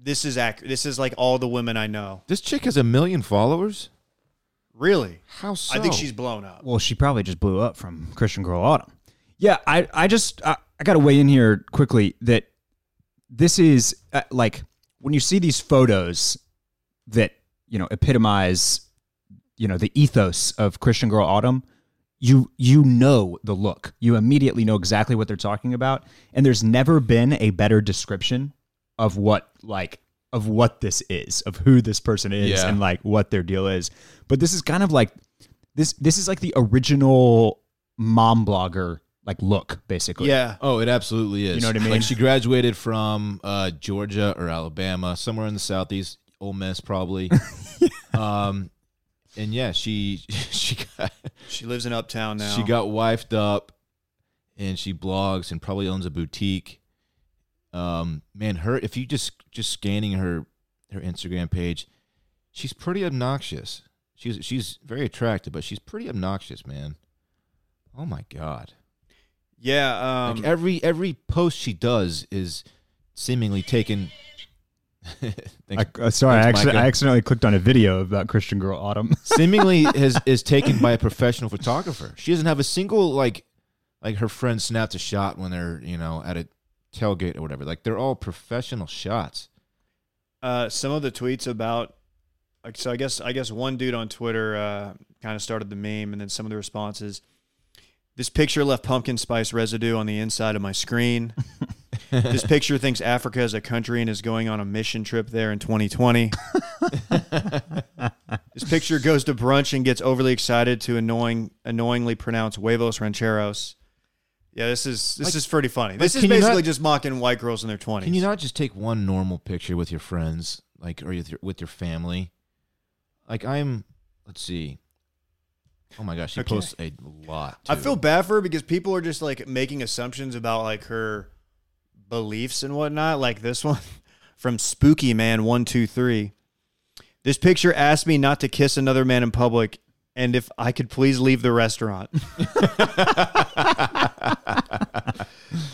this is accurate. This is like all the women I know.
This chick has a million followers.
Really,
How so?
I think she's blown up.
Well, she probably just blew up from Christian Girl Autumn. Yeah, I, I just, I, I got to weigh in here quickly that this is uh, like when you see these photos that, you know, epitomize, you know, the ethos of Christian Girl Autumn, you, you know the look. You immediately know exactly what they're talking about. And there's never been a better description of what, like, of what this is, of who this person is,
Yeah.
and like what their deal is. But this is kind of like this this is like the original mom blogger like look basically
Yeah,
Oh, it absolutely is.
You know what I mean?
Like she graduated from uh, Georgia or Alabama, somewhere in the southeast, Ole Miss probably. Um, and yeah, she she got
she lives in Uptown now.
She got wifed up, and she blogs and probably owns a boutique. Um, man, her if you just just scanning her her Instagram page, she's pretty obnoxious. She's she's very attractive, but she's pretty obnoxious, man. Oh my god!
yeah. Um,
like every every post she does is seemingly taken.
I,
Thanks.
uh, sorry I,
Thanks,
accident,
Micah.
I accidentally clicked on a video about christian girl autumn
seemingly is is taken by a professional photographer. She doesn't have a single like like her friend snapped a shot when they're you know at a tailgate or whatever. Like they're all professional shots.
uh, some of the tweets about like so I guess I guess one dude on Twitter uh, kind of started the meme and then some of the responses. This picture left pumpkin spice residue on the inside of my screen. this picture thinks Africa is a country and is going on a mission trip there in 2020. this picture goes to brunch and gets overly excited to annoying annoyingly pronounce huevos rancheros. Yeah, this is this is pretty funny. This is
can you
basically
not-
just mocking white girls in their 20s.
Can you not just take one normal picture with your friends, like or with your, with your family? Like I'm, let's see. Oh my gosh, she
Okay.
posts a lot.
I
too.
feel bad for her because people are just like making assumptions about like her beliefs and whatnot. Like this one from Spooky Man One Two Three. This picture asked me not to kiss another man in public, and if I could please leave the restaurant.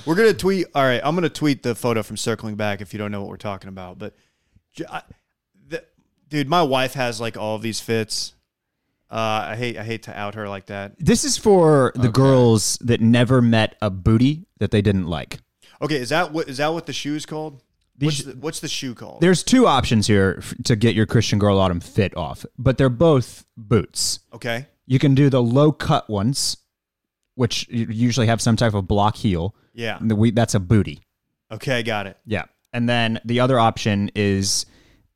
We're gonna tweet. All right, I'm gonna tweet the photo from circling back if you don't know what we're talking about. But, j- I- the, dude, my wife has like all of these fits. Uh, I hate I hate to out her like that.
This is for the girls that never met a booty that they didn't like.
Okay, is that what is that what the shoe is called? What's
sh-
the, what's the shoe called?
There's two options here f- to get your Christian Girl Autumn fit off, but they're both boots.
Okay,
You can do the low cut ones, which u- usually have some type of block heel.
yeah.
And the- we- That's a booty.
Okay, got it.
Yeah. And then the other option is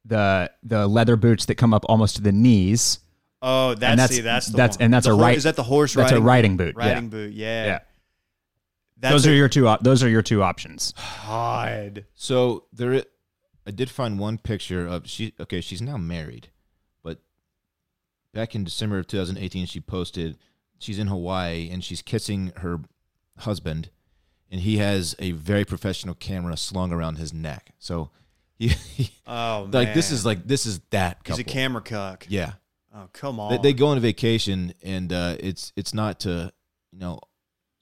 the the leather boots that come up almost to the knees.
Oh, that's
And that's-
see, that's the
that's-
one.
and that's
The
a
hor-
right-
Is that the horse?
That's
riding,
a riding boot.
riding
yeah.
boot. Yeah,
Yeah.
That's
those
a-
are your two op- those are your two options.
God.
So there, i- I did find one picture of she. Okay, she's now married, but back in December of 2018, she posted she's in Hawaii and she's kissing her husband, and he has a very professional camera slung around his neck. So he, he-
Oh,
like this
man.
is like this is that
he's
couple.
a camera cuck.
yeah,
Oh, come on.
they, they go on vacation and uh, it's it's not to you know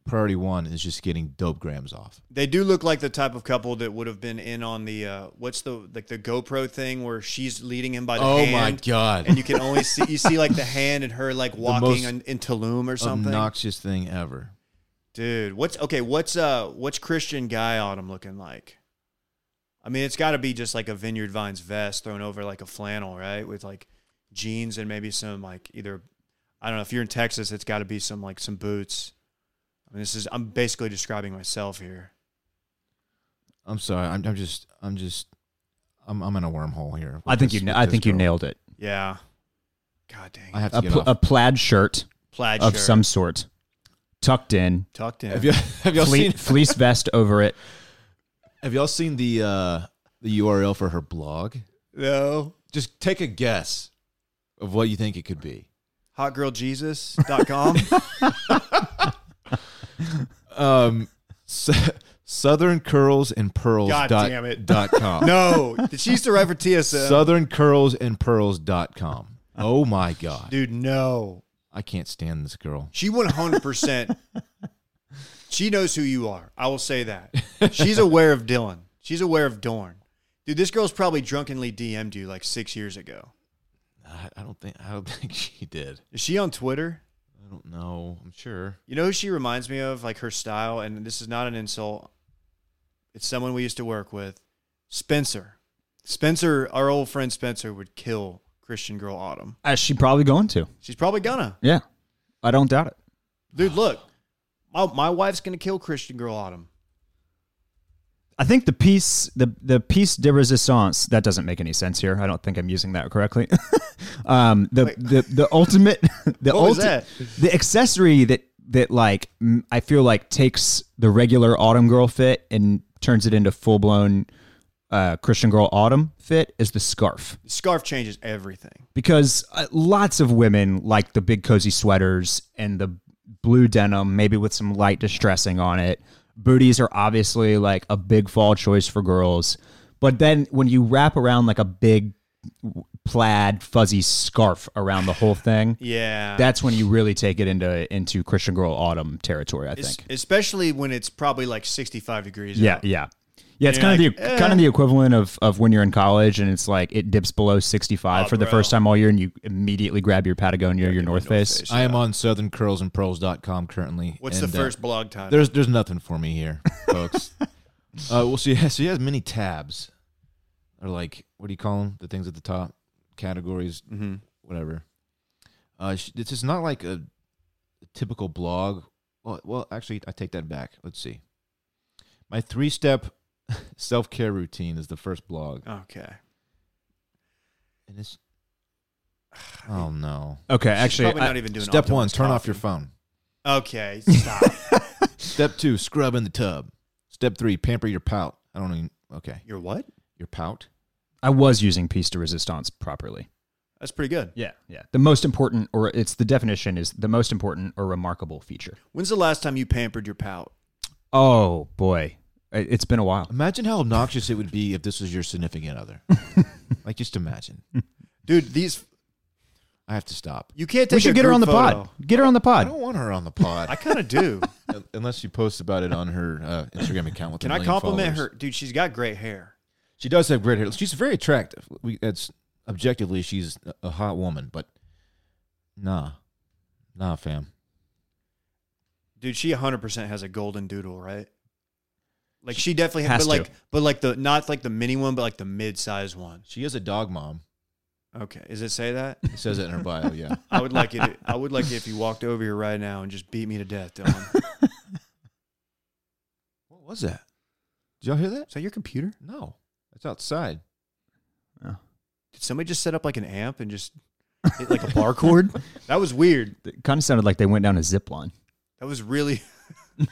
priority one is just getting dope grams off.
They do look like the type of couple that would have been in on the uh, what's the like the GoPro thing where she's leading him by the
Oh
hand.
my god.
And you can only see you see like the hand and her like walking
most
in, in Tulum or something.
Obnoxious thing ever.
Dude, what's okay? What's uh what's Christian Guy Autumn looking like? I mean, it's got to be just like a Vineyard Vines vest thrown over like a flannel, right? With like jeans and maybe some like either I don't know. If you're in Texas, it's got to be some like some boots. I mean, this is I'm basically describing myself here.
I'm sorry. I'm, I'm just. I'm just. I'm. I'm in a wormhole here. with
I think
this-
you na-
with
I
this
think you
girl.
nailed it.
Yeah. God dang.
I have to
A,
get
pl-
off.
a plaid shirt
plaid
of
shirt
some sort, tucked in,
tucked in.
have you Have y'all
fle-
seen
fleece vest over it.
Have y'all seen the uh, the URL for her blog?
no.
Just take a guess of what you think it could be.
Hotgirljesus.com.
Um, so, Southern Curls and Pearls.
God
dot,
damn it.
Dot com.
no. uh, She used to write for TSM.
Southern Curls and Pearls. Dot com. Oh my god.
Dude, no.
I can't stand this girl.
She 100%. she knows who you are. I will say that. She's aware of Dylan. She's aware of Dorn. Dude, this girl's probably drunkenly DM'd you like six years ago.
I, I don't think. I don't think she did.
Is she on Twitter?
I don't know. I'm sure.
You know who she reminds me of? Like her style, and this is not an insult. It's someone we used to work with, Spencer. Spencer, our old friend Spencer, would kill Christian Girl Autumn.
As she Uh, probably going to.
She's probably gonna.
Yeah, I don't doubt it.
Dude, look, my, my wife's gonna kill Christian Girl Autumn.
I think the piece, the the piece de resistance, that doesn't make any sense here. I don't think I'm using that correctly. um, the,
Wait.
the the ultimate, the
What was
ulti-
that?
the accessory that that like m- I feel like takes the regular autumn girl fit and turns it into full blown uh, Christian girl autumn fit is the scarf
Scarf changes everything.
because uh, lots of women like the big cozy sweaters and the blue denim, maybe with some light distressing on it. Booties are obviously like a big fall choice for girls, but then when you wrap around like a big w- plaid fuzzy scarf around the whole thing,
Yeah,
that's when you really take it into into Christian girl autumn territory. I
Es-
think.
especially when it's probably like sixty-five degrees.
Yeah,
out.
yeah. Yeah, it's
You're
kind of
like,
the kind
eh.
of the equivalent of, of when you're in college and it's like it dips below 65
Oh,
for the
bro.
first time all year and you immediately grab your Patagonia or your North, Face.
Face.
I am on southerncurlsandpearls.com currently.
What's
and,
the
uh,
first blog title?
there's there's nothing for me here, folks. uh, well, she has, she has many tabs, or like what do you call them? The things at the top, categories,
Mhm.
whatever. Uh, sh this is not like a typical blog. Well, well, actually, I take that back. Let's see. My three-step self-care routine is the first blog,
Okay.
and it's oh no.
Okay,
She's
actually
probably
I-
not even doing
Step one:
Optimus
turn off
coffee.
your phone.
Okay, stop.
Step two, scrub in the tub. Step three, pamper your pout. I don't even. Okay,
Your what?
your pout.
I was using piece de resistance properly.
That's pretty good.
Yeah, yeah. The most important or it's the definition is the most important or remarkable feature.
When's the last time you pampered your pout?
Oh boy. I- It's been a while.
Imagine how obnoxious it would be if this was your significant other. like, just imagine.
Dude, these
I have to stop.
You can't take.
We should
a
get her
group
on the
photo.
pod. Get her on the
I
pod.
don't want her on the pod
I kind of do.
Un- unless you post about it on her uh, Instagram account. With a
Can I
million
compliment
followers.
her, dude? She's got great hair.
She does have great hair. She's very attractive. We that's objectively she's a- a hot woman, but nah, nah, fam.
Dude, she 100% has a golden doodle, right? Like she definitely has,
Has
but like,
to.
but like the not like the mini one, but like the mid-size one.
She is a dog mom.
Okay, is it say that?
It says it in her bio. Yeah.
I would like it. I would like it if you walked over here right now and just beat me to death, Dylan.
What was that? Did y'all hear that?
Is that your computer?
No, that's outside.
Did somebody just set up like an amp and just hit like a bar chord? That was weird.
It kind of sounded like they went down a zip line.
That was really.
It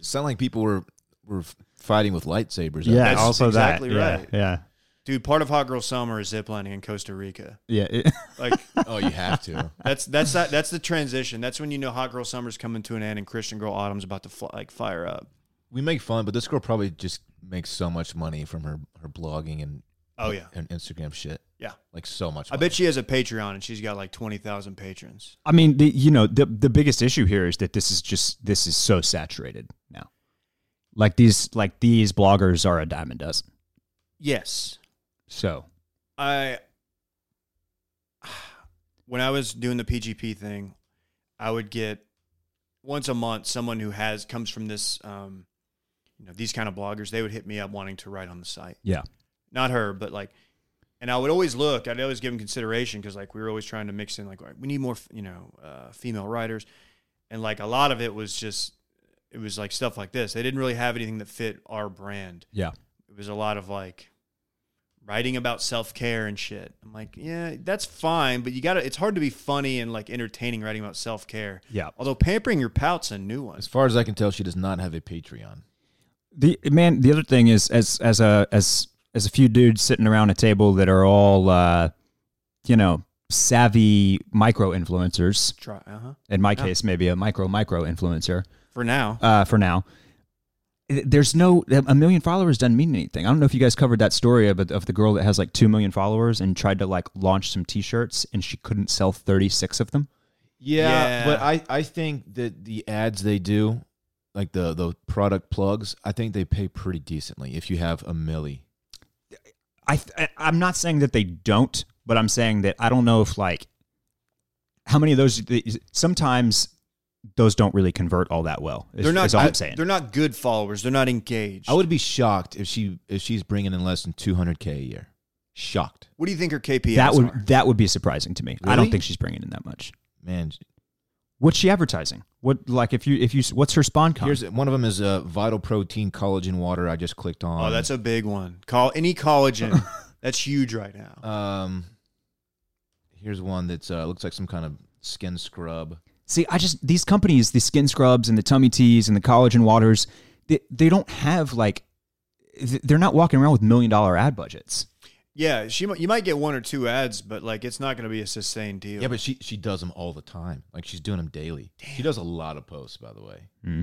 sounded like people were were f- fighting with lightsabers.
Yeah,
That's
also
exactly
that. Yeah,
right.
Yeah,
Dude, part of Hot Girl Summer is ziplining in Costa Rica.
yeah. it-
Like
Oh, you have to.
that's that's that, that's the transition. That's when you know Hot Girl Summer's coming to an end and Christian Girl Autumn's about to fly, like fire up.
we make fun, but this girl probably just makes so much money from her her blogging and
Oh yeah,
and Instagram shit.
Yeah.
like so much.
I
Money.
bet she has a Patreon and she's got like twenty thousand patrons.
I mean, the, you know, the the biggest issue here is that this is just this is so saturated now. Like these, like these bloggers are a dime a dozen.
Yes,
So
I. When I was doing the PGP thing, I would get once a month someone who has comes from this, um, you know, these kind of bloggers. They would hit me up wanting to write on the site.
yeah,
not her, but like, and I would always look. I'd always give them consideration because like we were always trying to mix in like all right, we need more, f- you know, uh, female writers, and like a lot of it was just it was like stuff like this. They didn't really have anything that fit our brand.
yeah,
It was a lot of like writing about self care and shit. I'm like, yeah, that's fine, but you gotta. It's hard to be funny and like entertaining writing about self care.
yeah.
Although pampering your pout's a new one.
as far as I can tell, she does not have a Patreon.
The man, the other thing is, as as a as as a few dudes sitting around a table that are all, uh, you know, savvy micro influencers.
Try, uh huh.
In my case, maybe a micro micro influencer.
For now,
uh, for now. There's no a million followers doesn't mean anything. I don't know if you guys covered that story of, of the girl that has like two million followers and tried to like launch some T-shirts and she couldn't sell 36 of them.
Yeah,
Yeah.
but I, I think that the ads they do, like the the product plugs, I think they pay pretty decently if you have a milli.
I, th- I I'm not saying that they don't, but I'm saying that I don't know if like how many of those. Sometimes those don't really convert all that well. Is,
they're not.
is all I'm
good-
saying.
They're not good followers. They're not engaged.
I would be shocked if she if she's bringing in less than two hundred k a year. Shocked,
What do you think her KPIs
That would
are?
that would be surprising to me. I don't
Really?
think she's bringing in that much.
man.
What's she advertising? What like if you if you what's her spawn con?
Here's one of them is uh, Vital Protein Collagen Water. I just clicked on.
Oh, that's a big one. Call any collagen. that's huge right now.
um. Here's one that's uh, looks like some kind of skin scrub.
See, I just these companies, the skin scrubs and the tummy teas and the collagen waters, they, they don't have like th- they're not walking around with million dollar ad budgets.
yeah, she mi- you might get one or two ads, but like it's not going to be a sustained deal.
Yeah, but she she does them all the time. Like she's doing them daily. She does a lot of posts, by the way.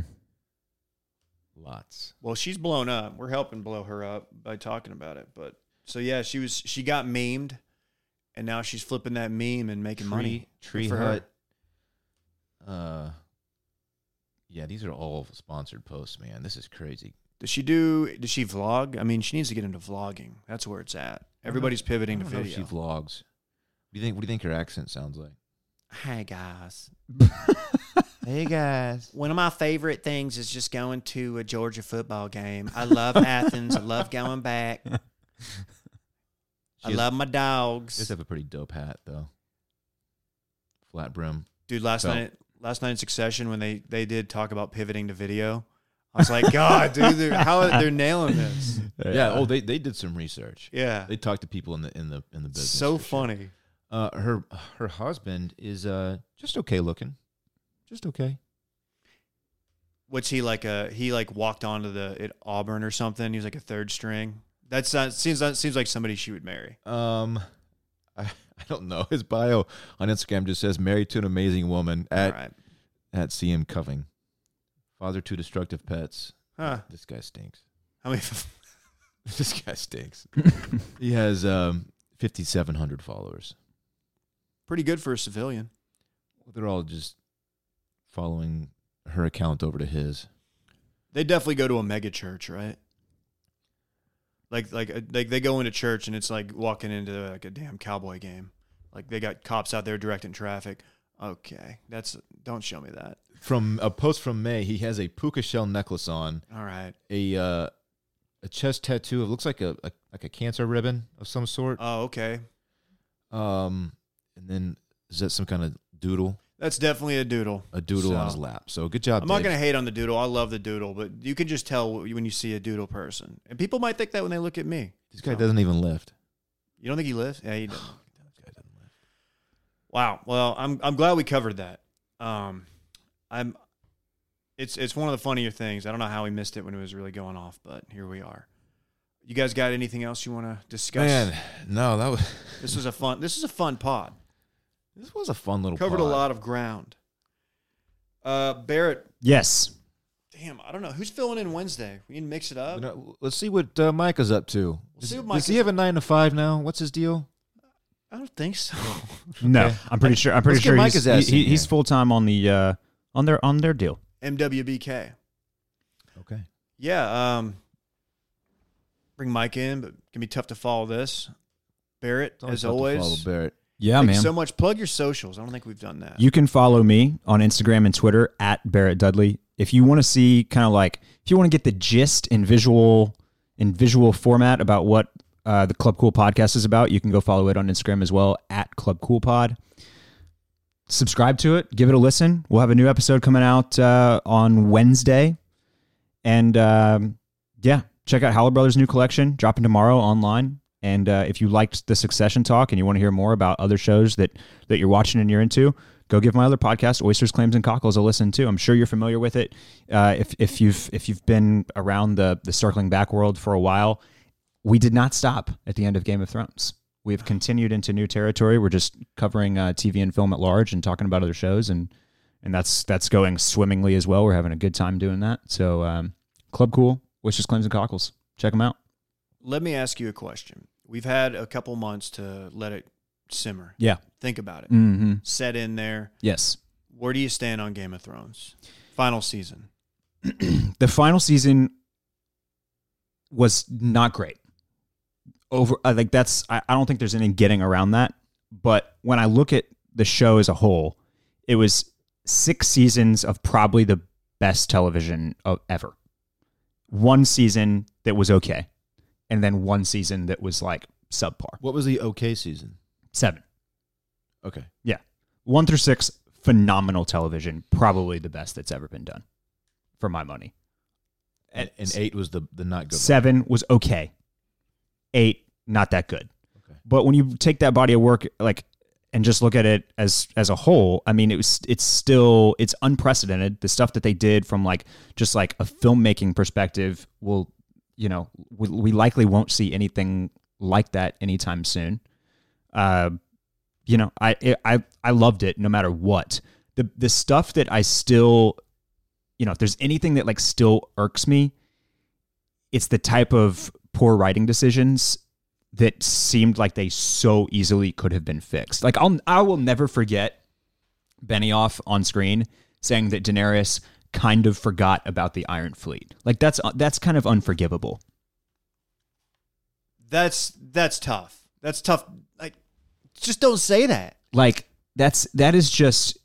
Lots.
well, she's blown up. We're helping blow her up by talking about it. But so yeah, she was she got memed, and now she's flipping that meme and making money. Good
Tree
for her.
Hut. Uh, yeah, these are all sponsored posts, man. This is crazy.
Does she do? Does she vlog? I mean, she needs to get into vlogging. That's where it's at. Everybody's
I
pivoting to
don't know if she
video.
vlogs. What do you think? What do you think her accent sounds like?
Hi guys.
Hey guys.
One of my favorite things is just going to a Georgia football game. I love Athens. I love going back. I love my
She does
dogs.
have a pretty dope hat though. Flat brim.
Dude, last
Belt.
night last night in Succession when they they did talk about pivoting to video, I was like, God, dude, they're, how they're nailing this.
Yeah. oh, they, they did some research.
Yeah,
They talked to people in the in the in the business.
so
for sure.
funny.
Uh, her her husband is uh just okay looking, just okay.
What's he like? A he like walked onto the at Auburn or something. He was like a third string. That's not seems that seems like somebody she would marry.
Um, I, I don't know. His bio on Instagram just says married to an amazing woman
All
at
right,
at CM Coving, father to destructive pets.
huh?
This guy stinks.
I mean,
this guy stinks. he has um fifty seven hundred followers.
Pretty good for a civilian.
They're all just following her account over to his.
They definitely go to a mega church, right? Like like uh, like they go into church and it's like walking into like a damn cowboy game. Like they got cops out there directing traffic. Okay, that's don't show me that.
From a post from May, he has a puka shell necklace on,
All right.
a uh, a chest tattoo. It looks like a, a like a cancer ribbon of some sort.
Oh, okay.
Um, and then is that some kind of doodle?
That's definitely a doodle.
A doodle on his
So-
lap. So good job.
I'm not
Dave.
going to hate on the doodle. I love the doodle, but you can just tell when you see a doodle person. And people might think that when they look at me.
This guy doesn't even lift.
You don't think he lives? Yeah, he does. Wow. Well, I'm I'm glad we covered that. Um, I'm. It's it's one of the funnier things. I don't know how we missed it when it was really going off, but here we are. You guys got anything else you want to discuss?
Man, no, that was
This was a fun. This is a fun pod.
this was a fun little
Covered a
pod.
lot of ground. Uh, Barrett.
Yes.
Damn, I don't know who's filling in Wednesday. We need to mix it
You
up.
know, let's see what uh, Micah's up to.
see
Does-
what
does he
Micah's-
have a nine to five now? What's his deal?
I don't think so.
No, I'm pretty sure. I'm pretty
Let's get
sure
Micah's ass
he's, he-
in
he- he's
here.
full time on the uh, on their on their deal.
MWBK.
Okay.
Yeah. Um, bring Mike in, but it can be tough to follow this. Barrett, as always.
follow Barrett.
Yeah,
Thank you so much. Plug your socials. I don't think we've done that.
You can follow me on Instagram and Twitter at Barrett Dudley. If you want to see kind of like if you want to get the gist in visual in visual format about what uh, the Club Cool podcast is about, you can go follow it on Instagram as well at Club Cool Pod. Subscribe to it, give it a listen. We'll have a new episode coming out uh, on Wednesday, and um, yeah, check out Howler Brothers' new collection dropping tomorrow online. And uh, if you liked the Succession talk and you want to hear more about other shows that that you're watching and you're into, go give my other podcast, Oysters, Clams, and Cockles, a listen too. I'm sure you're familiar with it. Uh, if if you've if you've been around the the circling back world for a while, we did not stop at the end of Game of Thrones. We've continued into new territory. We're just covering uh, TV and film at large and talking about other shows, and and that's that's going swimmingly as well. We're having a good time doing that. So um, Club Cool, Oysters, Clams, and Cockles, check them out.
Let me ask you a question. We've had a couple months to let it simmer.
Yeah.
Think about it.
Mm-hmm.
Set in there.
Yes.
Where do you stand on Game of Thrones? Final season.
the final season was not great. Over uh, like that's I, I don't think there's any getting around that. But when I look at the show as a whole, it was six seasons of probably the best television of ever. One season that was okay, and then one season that was like subpar.
What was the OK season?
Seven,
Okay.
one through six, phenomenal television, probably the best that's ever been done, for my money.
And, and eight was the, the not good one.
Seven was okay. Eight, not that good. But when you take that body of work, like, and just look at it as as a whole, I mean, it was it's still it's unprecedented. The stuff that they did from like just like a filmmaking perspective will, you know, we, we likely won't see anything like that anytime soon. Uh, you know, I it, I I loved it no matter what. The the stuff that I still, you know, if there's anything that like still irks me, it's the type of poor writing decisions that seemed like they so easily could have been fixed. Like I'll I will never forget Benioff on screen saying that Daenerys kind of forgot about the Iron Fleet. Like that's that's kind of unforgivable.
That's that's tough. That's tough. Like, just don't say that.
Like that's that is just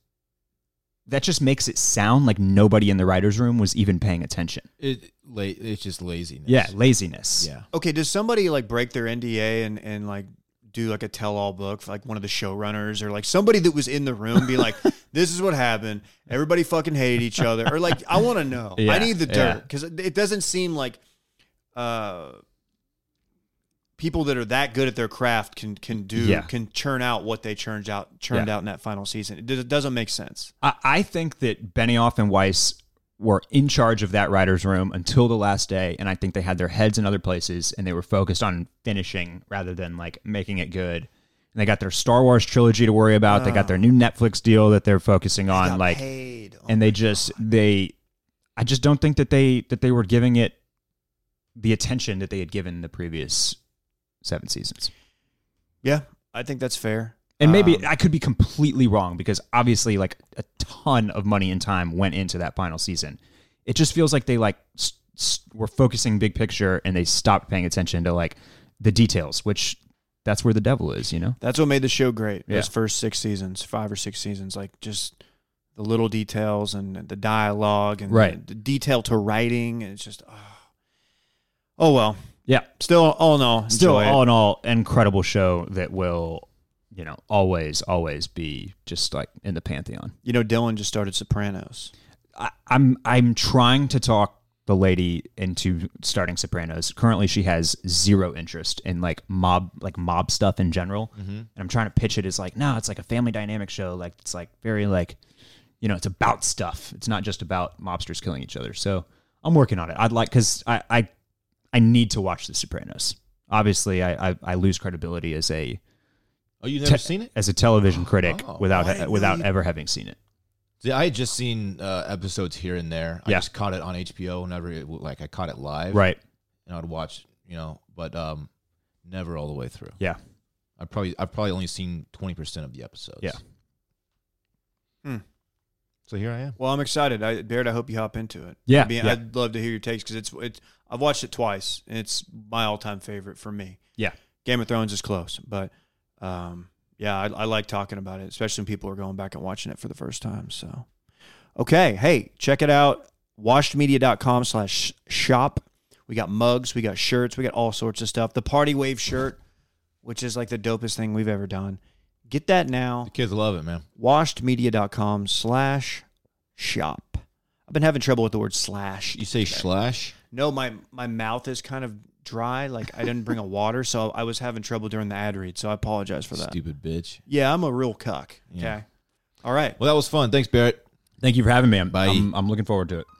that just makes it sound like nobody in the writers room was even paying attention.
It, la- it's just laziness.
Yeah, laziness.
Yeah.
Okay, does somebody like break their NDA and and like do like a tell-all book, for, like one of the showrunners or like somebody that was in the room, be like, "This is what happened. Everybody fucking hated each other," or like, "I want to know.
Yeah,
I need the
yeah.
dirt because it, it doesn't seem like uh, people that are that good at their craft can can do
Yeah.
can churn out what they churned out churned
Yeah.
out in that final season. It, do- it doesn't make sense.
I, I think that Benioff and Weiss were in charge of that writers' room until the last day, and I think they had their heads in other places and they were focused on finishing rather than like making it good. And they got their Star Wars trilogy to worry about. They got their new Netflix deal that they're focusing on.
Got
like,
paid. Oh
and they just they, I just don't think that they that they were giving it the attention that they had given the previous seven seasons.
yeah, I think that's fair. Um,
And maybe I could be completely wrong because obviously, like a ton of money and time went into that final season. It just feels like they like s- s- were focusing big picture and they stopped paying attention to like the details, which that's where the devil is, you know.
That's what made the show great.
Yeah.
Those first six seasons, five or six seasons, like just the little details and the dialogue and
Right.
the, the detail to writing. And it's just, oh, oh well.
Yeah.
Still, all in all,
Still,
enjoy it.
all in all, incredible show that will, you know, always, always be just like in the pantheon.
you know, Dylan just started Sopranos.
I, I'm I'm trying to talk the lady into starting Sopranos. Currently, she has zero interest in like mob like mob stuff in general,
Mm-hmm.
and I'm trying to pitch it as like no, it's like a family dynamic show. Like it's like very like you know, it's about stuff. It's not just about mobsters killing each other. So I'm working on it. I'd like because I, I I need to watch The Sopranos. Obviously, I I, I lose credibility as a
Oh, you've
te-
never seen it?
as a television critic
Oh,
without
I didn't know
without
you-
ever having seen it.
See, I had just seen uh, episodes here and there. I
Yeah.
just caught it on HBO whenever it, like I caught it live.
Right.
And I'd watch, you know, but um, never all the way through.
Yeah.
I probably I've probably only seen twenty percent of the episodes.
Yeah.
Hmm.
So here I am.
Well, I'm excited. I, Baird, I hope you hop into it.
Yeah,
I mean,
yeah.
I'd love to hear your takes because it's, it's, I've watched it twice and it's my all time favorite for me.
Yeah.
Game of Thrones is close, but, um, yeah, I, I like talking about it, especially when people are going back and watching it for the first time. So, okay. Hey, check it out. Washedmedia.com slash shop. We got mugs, we got shirts, we got all sorts of stuff. The Party Wave shirt, which is like the dopest thing we've ever done. Get that now
The kids love it, man.
washedmedia.com slash shop. I've been having trouble with the word slash.
You say slash?
No, my, my mouth is kind of dry. Like I didn't bring a water, so I was having trouble during the ad read. So I apologize for that.
Stupid bitch.
Yeah, I'm a real cuck. Okay.
Yeah.
All right.
Well, that was fun. Thanks, Barrett.
Thank you for having me. I'm,
Bye.
I'm, I'm looking forward to it.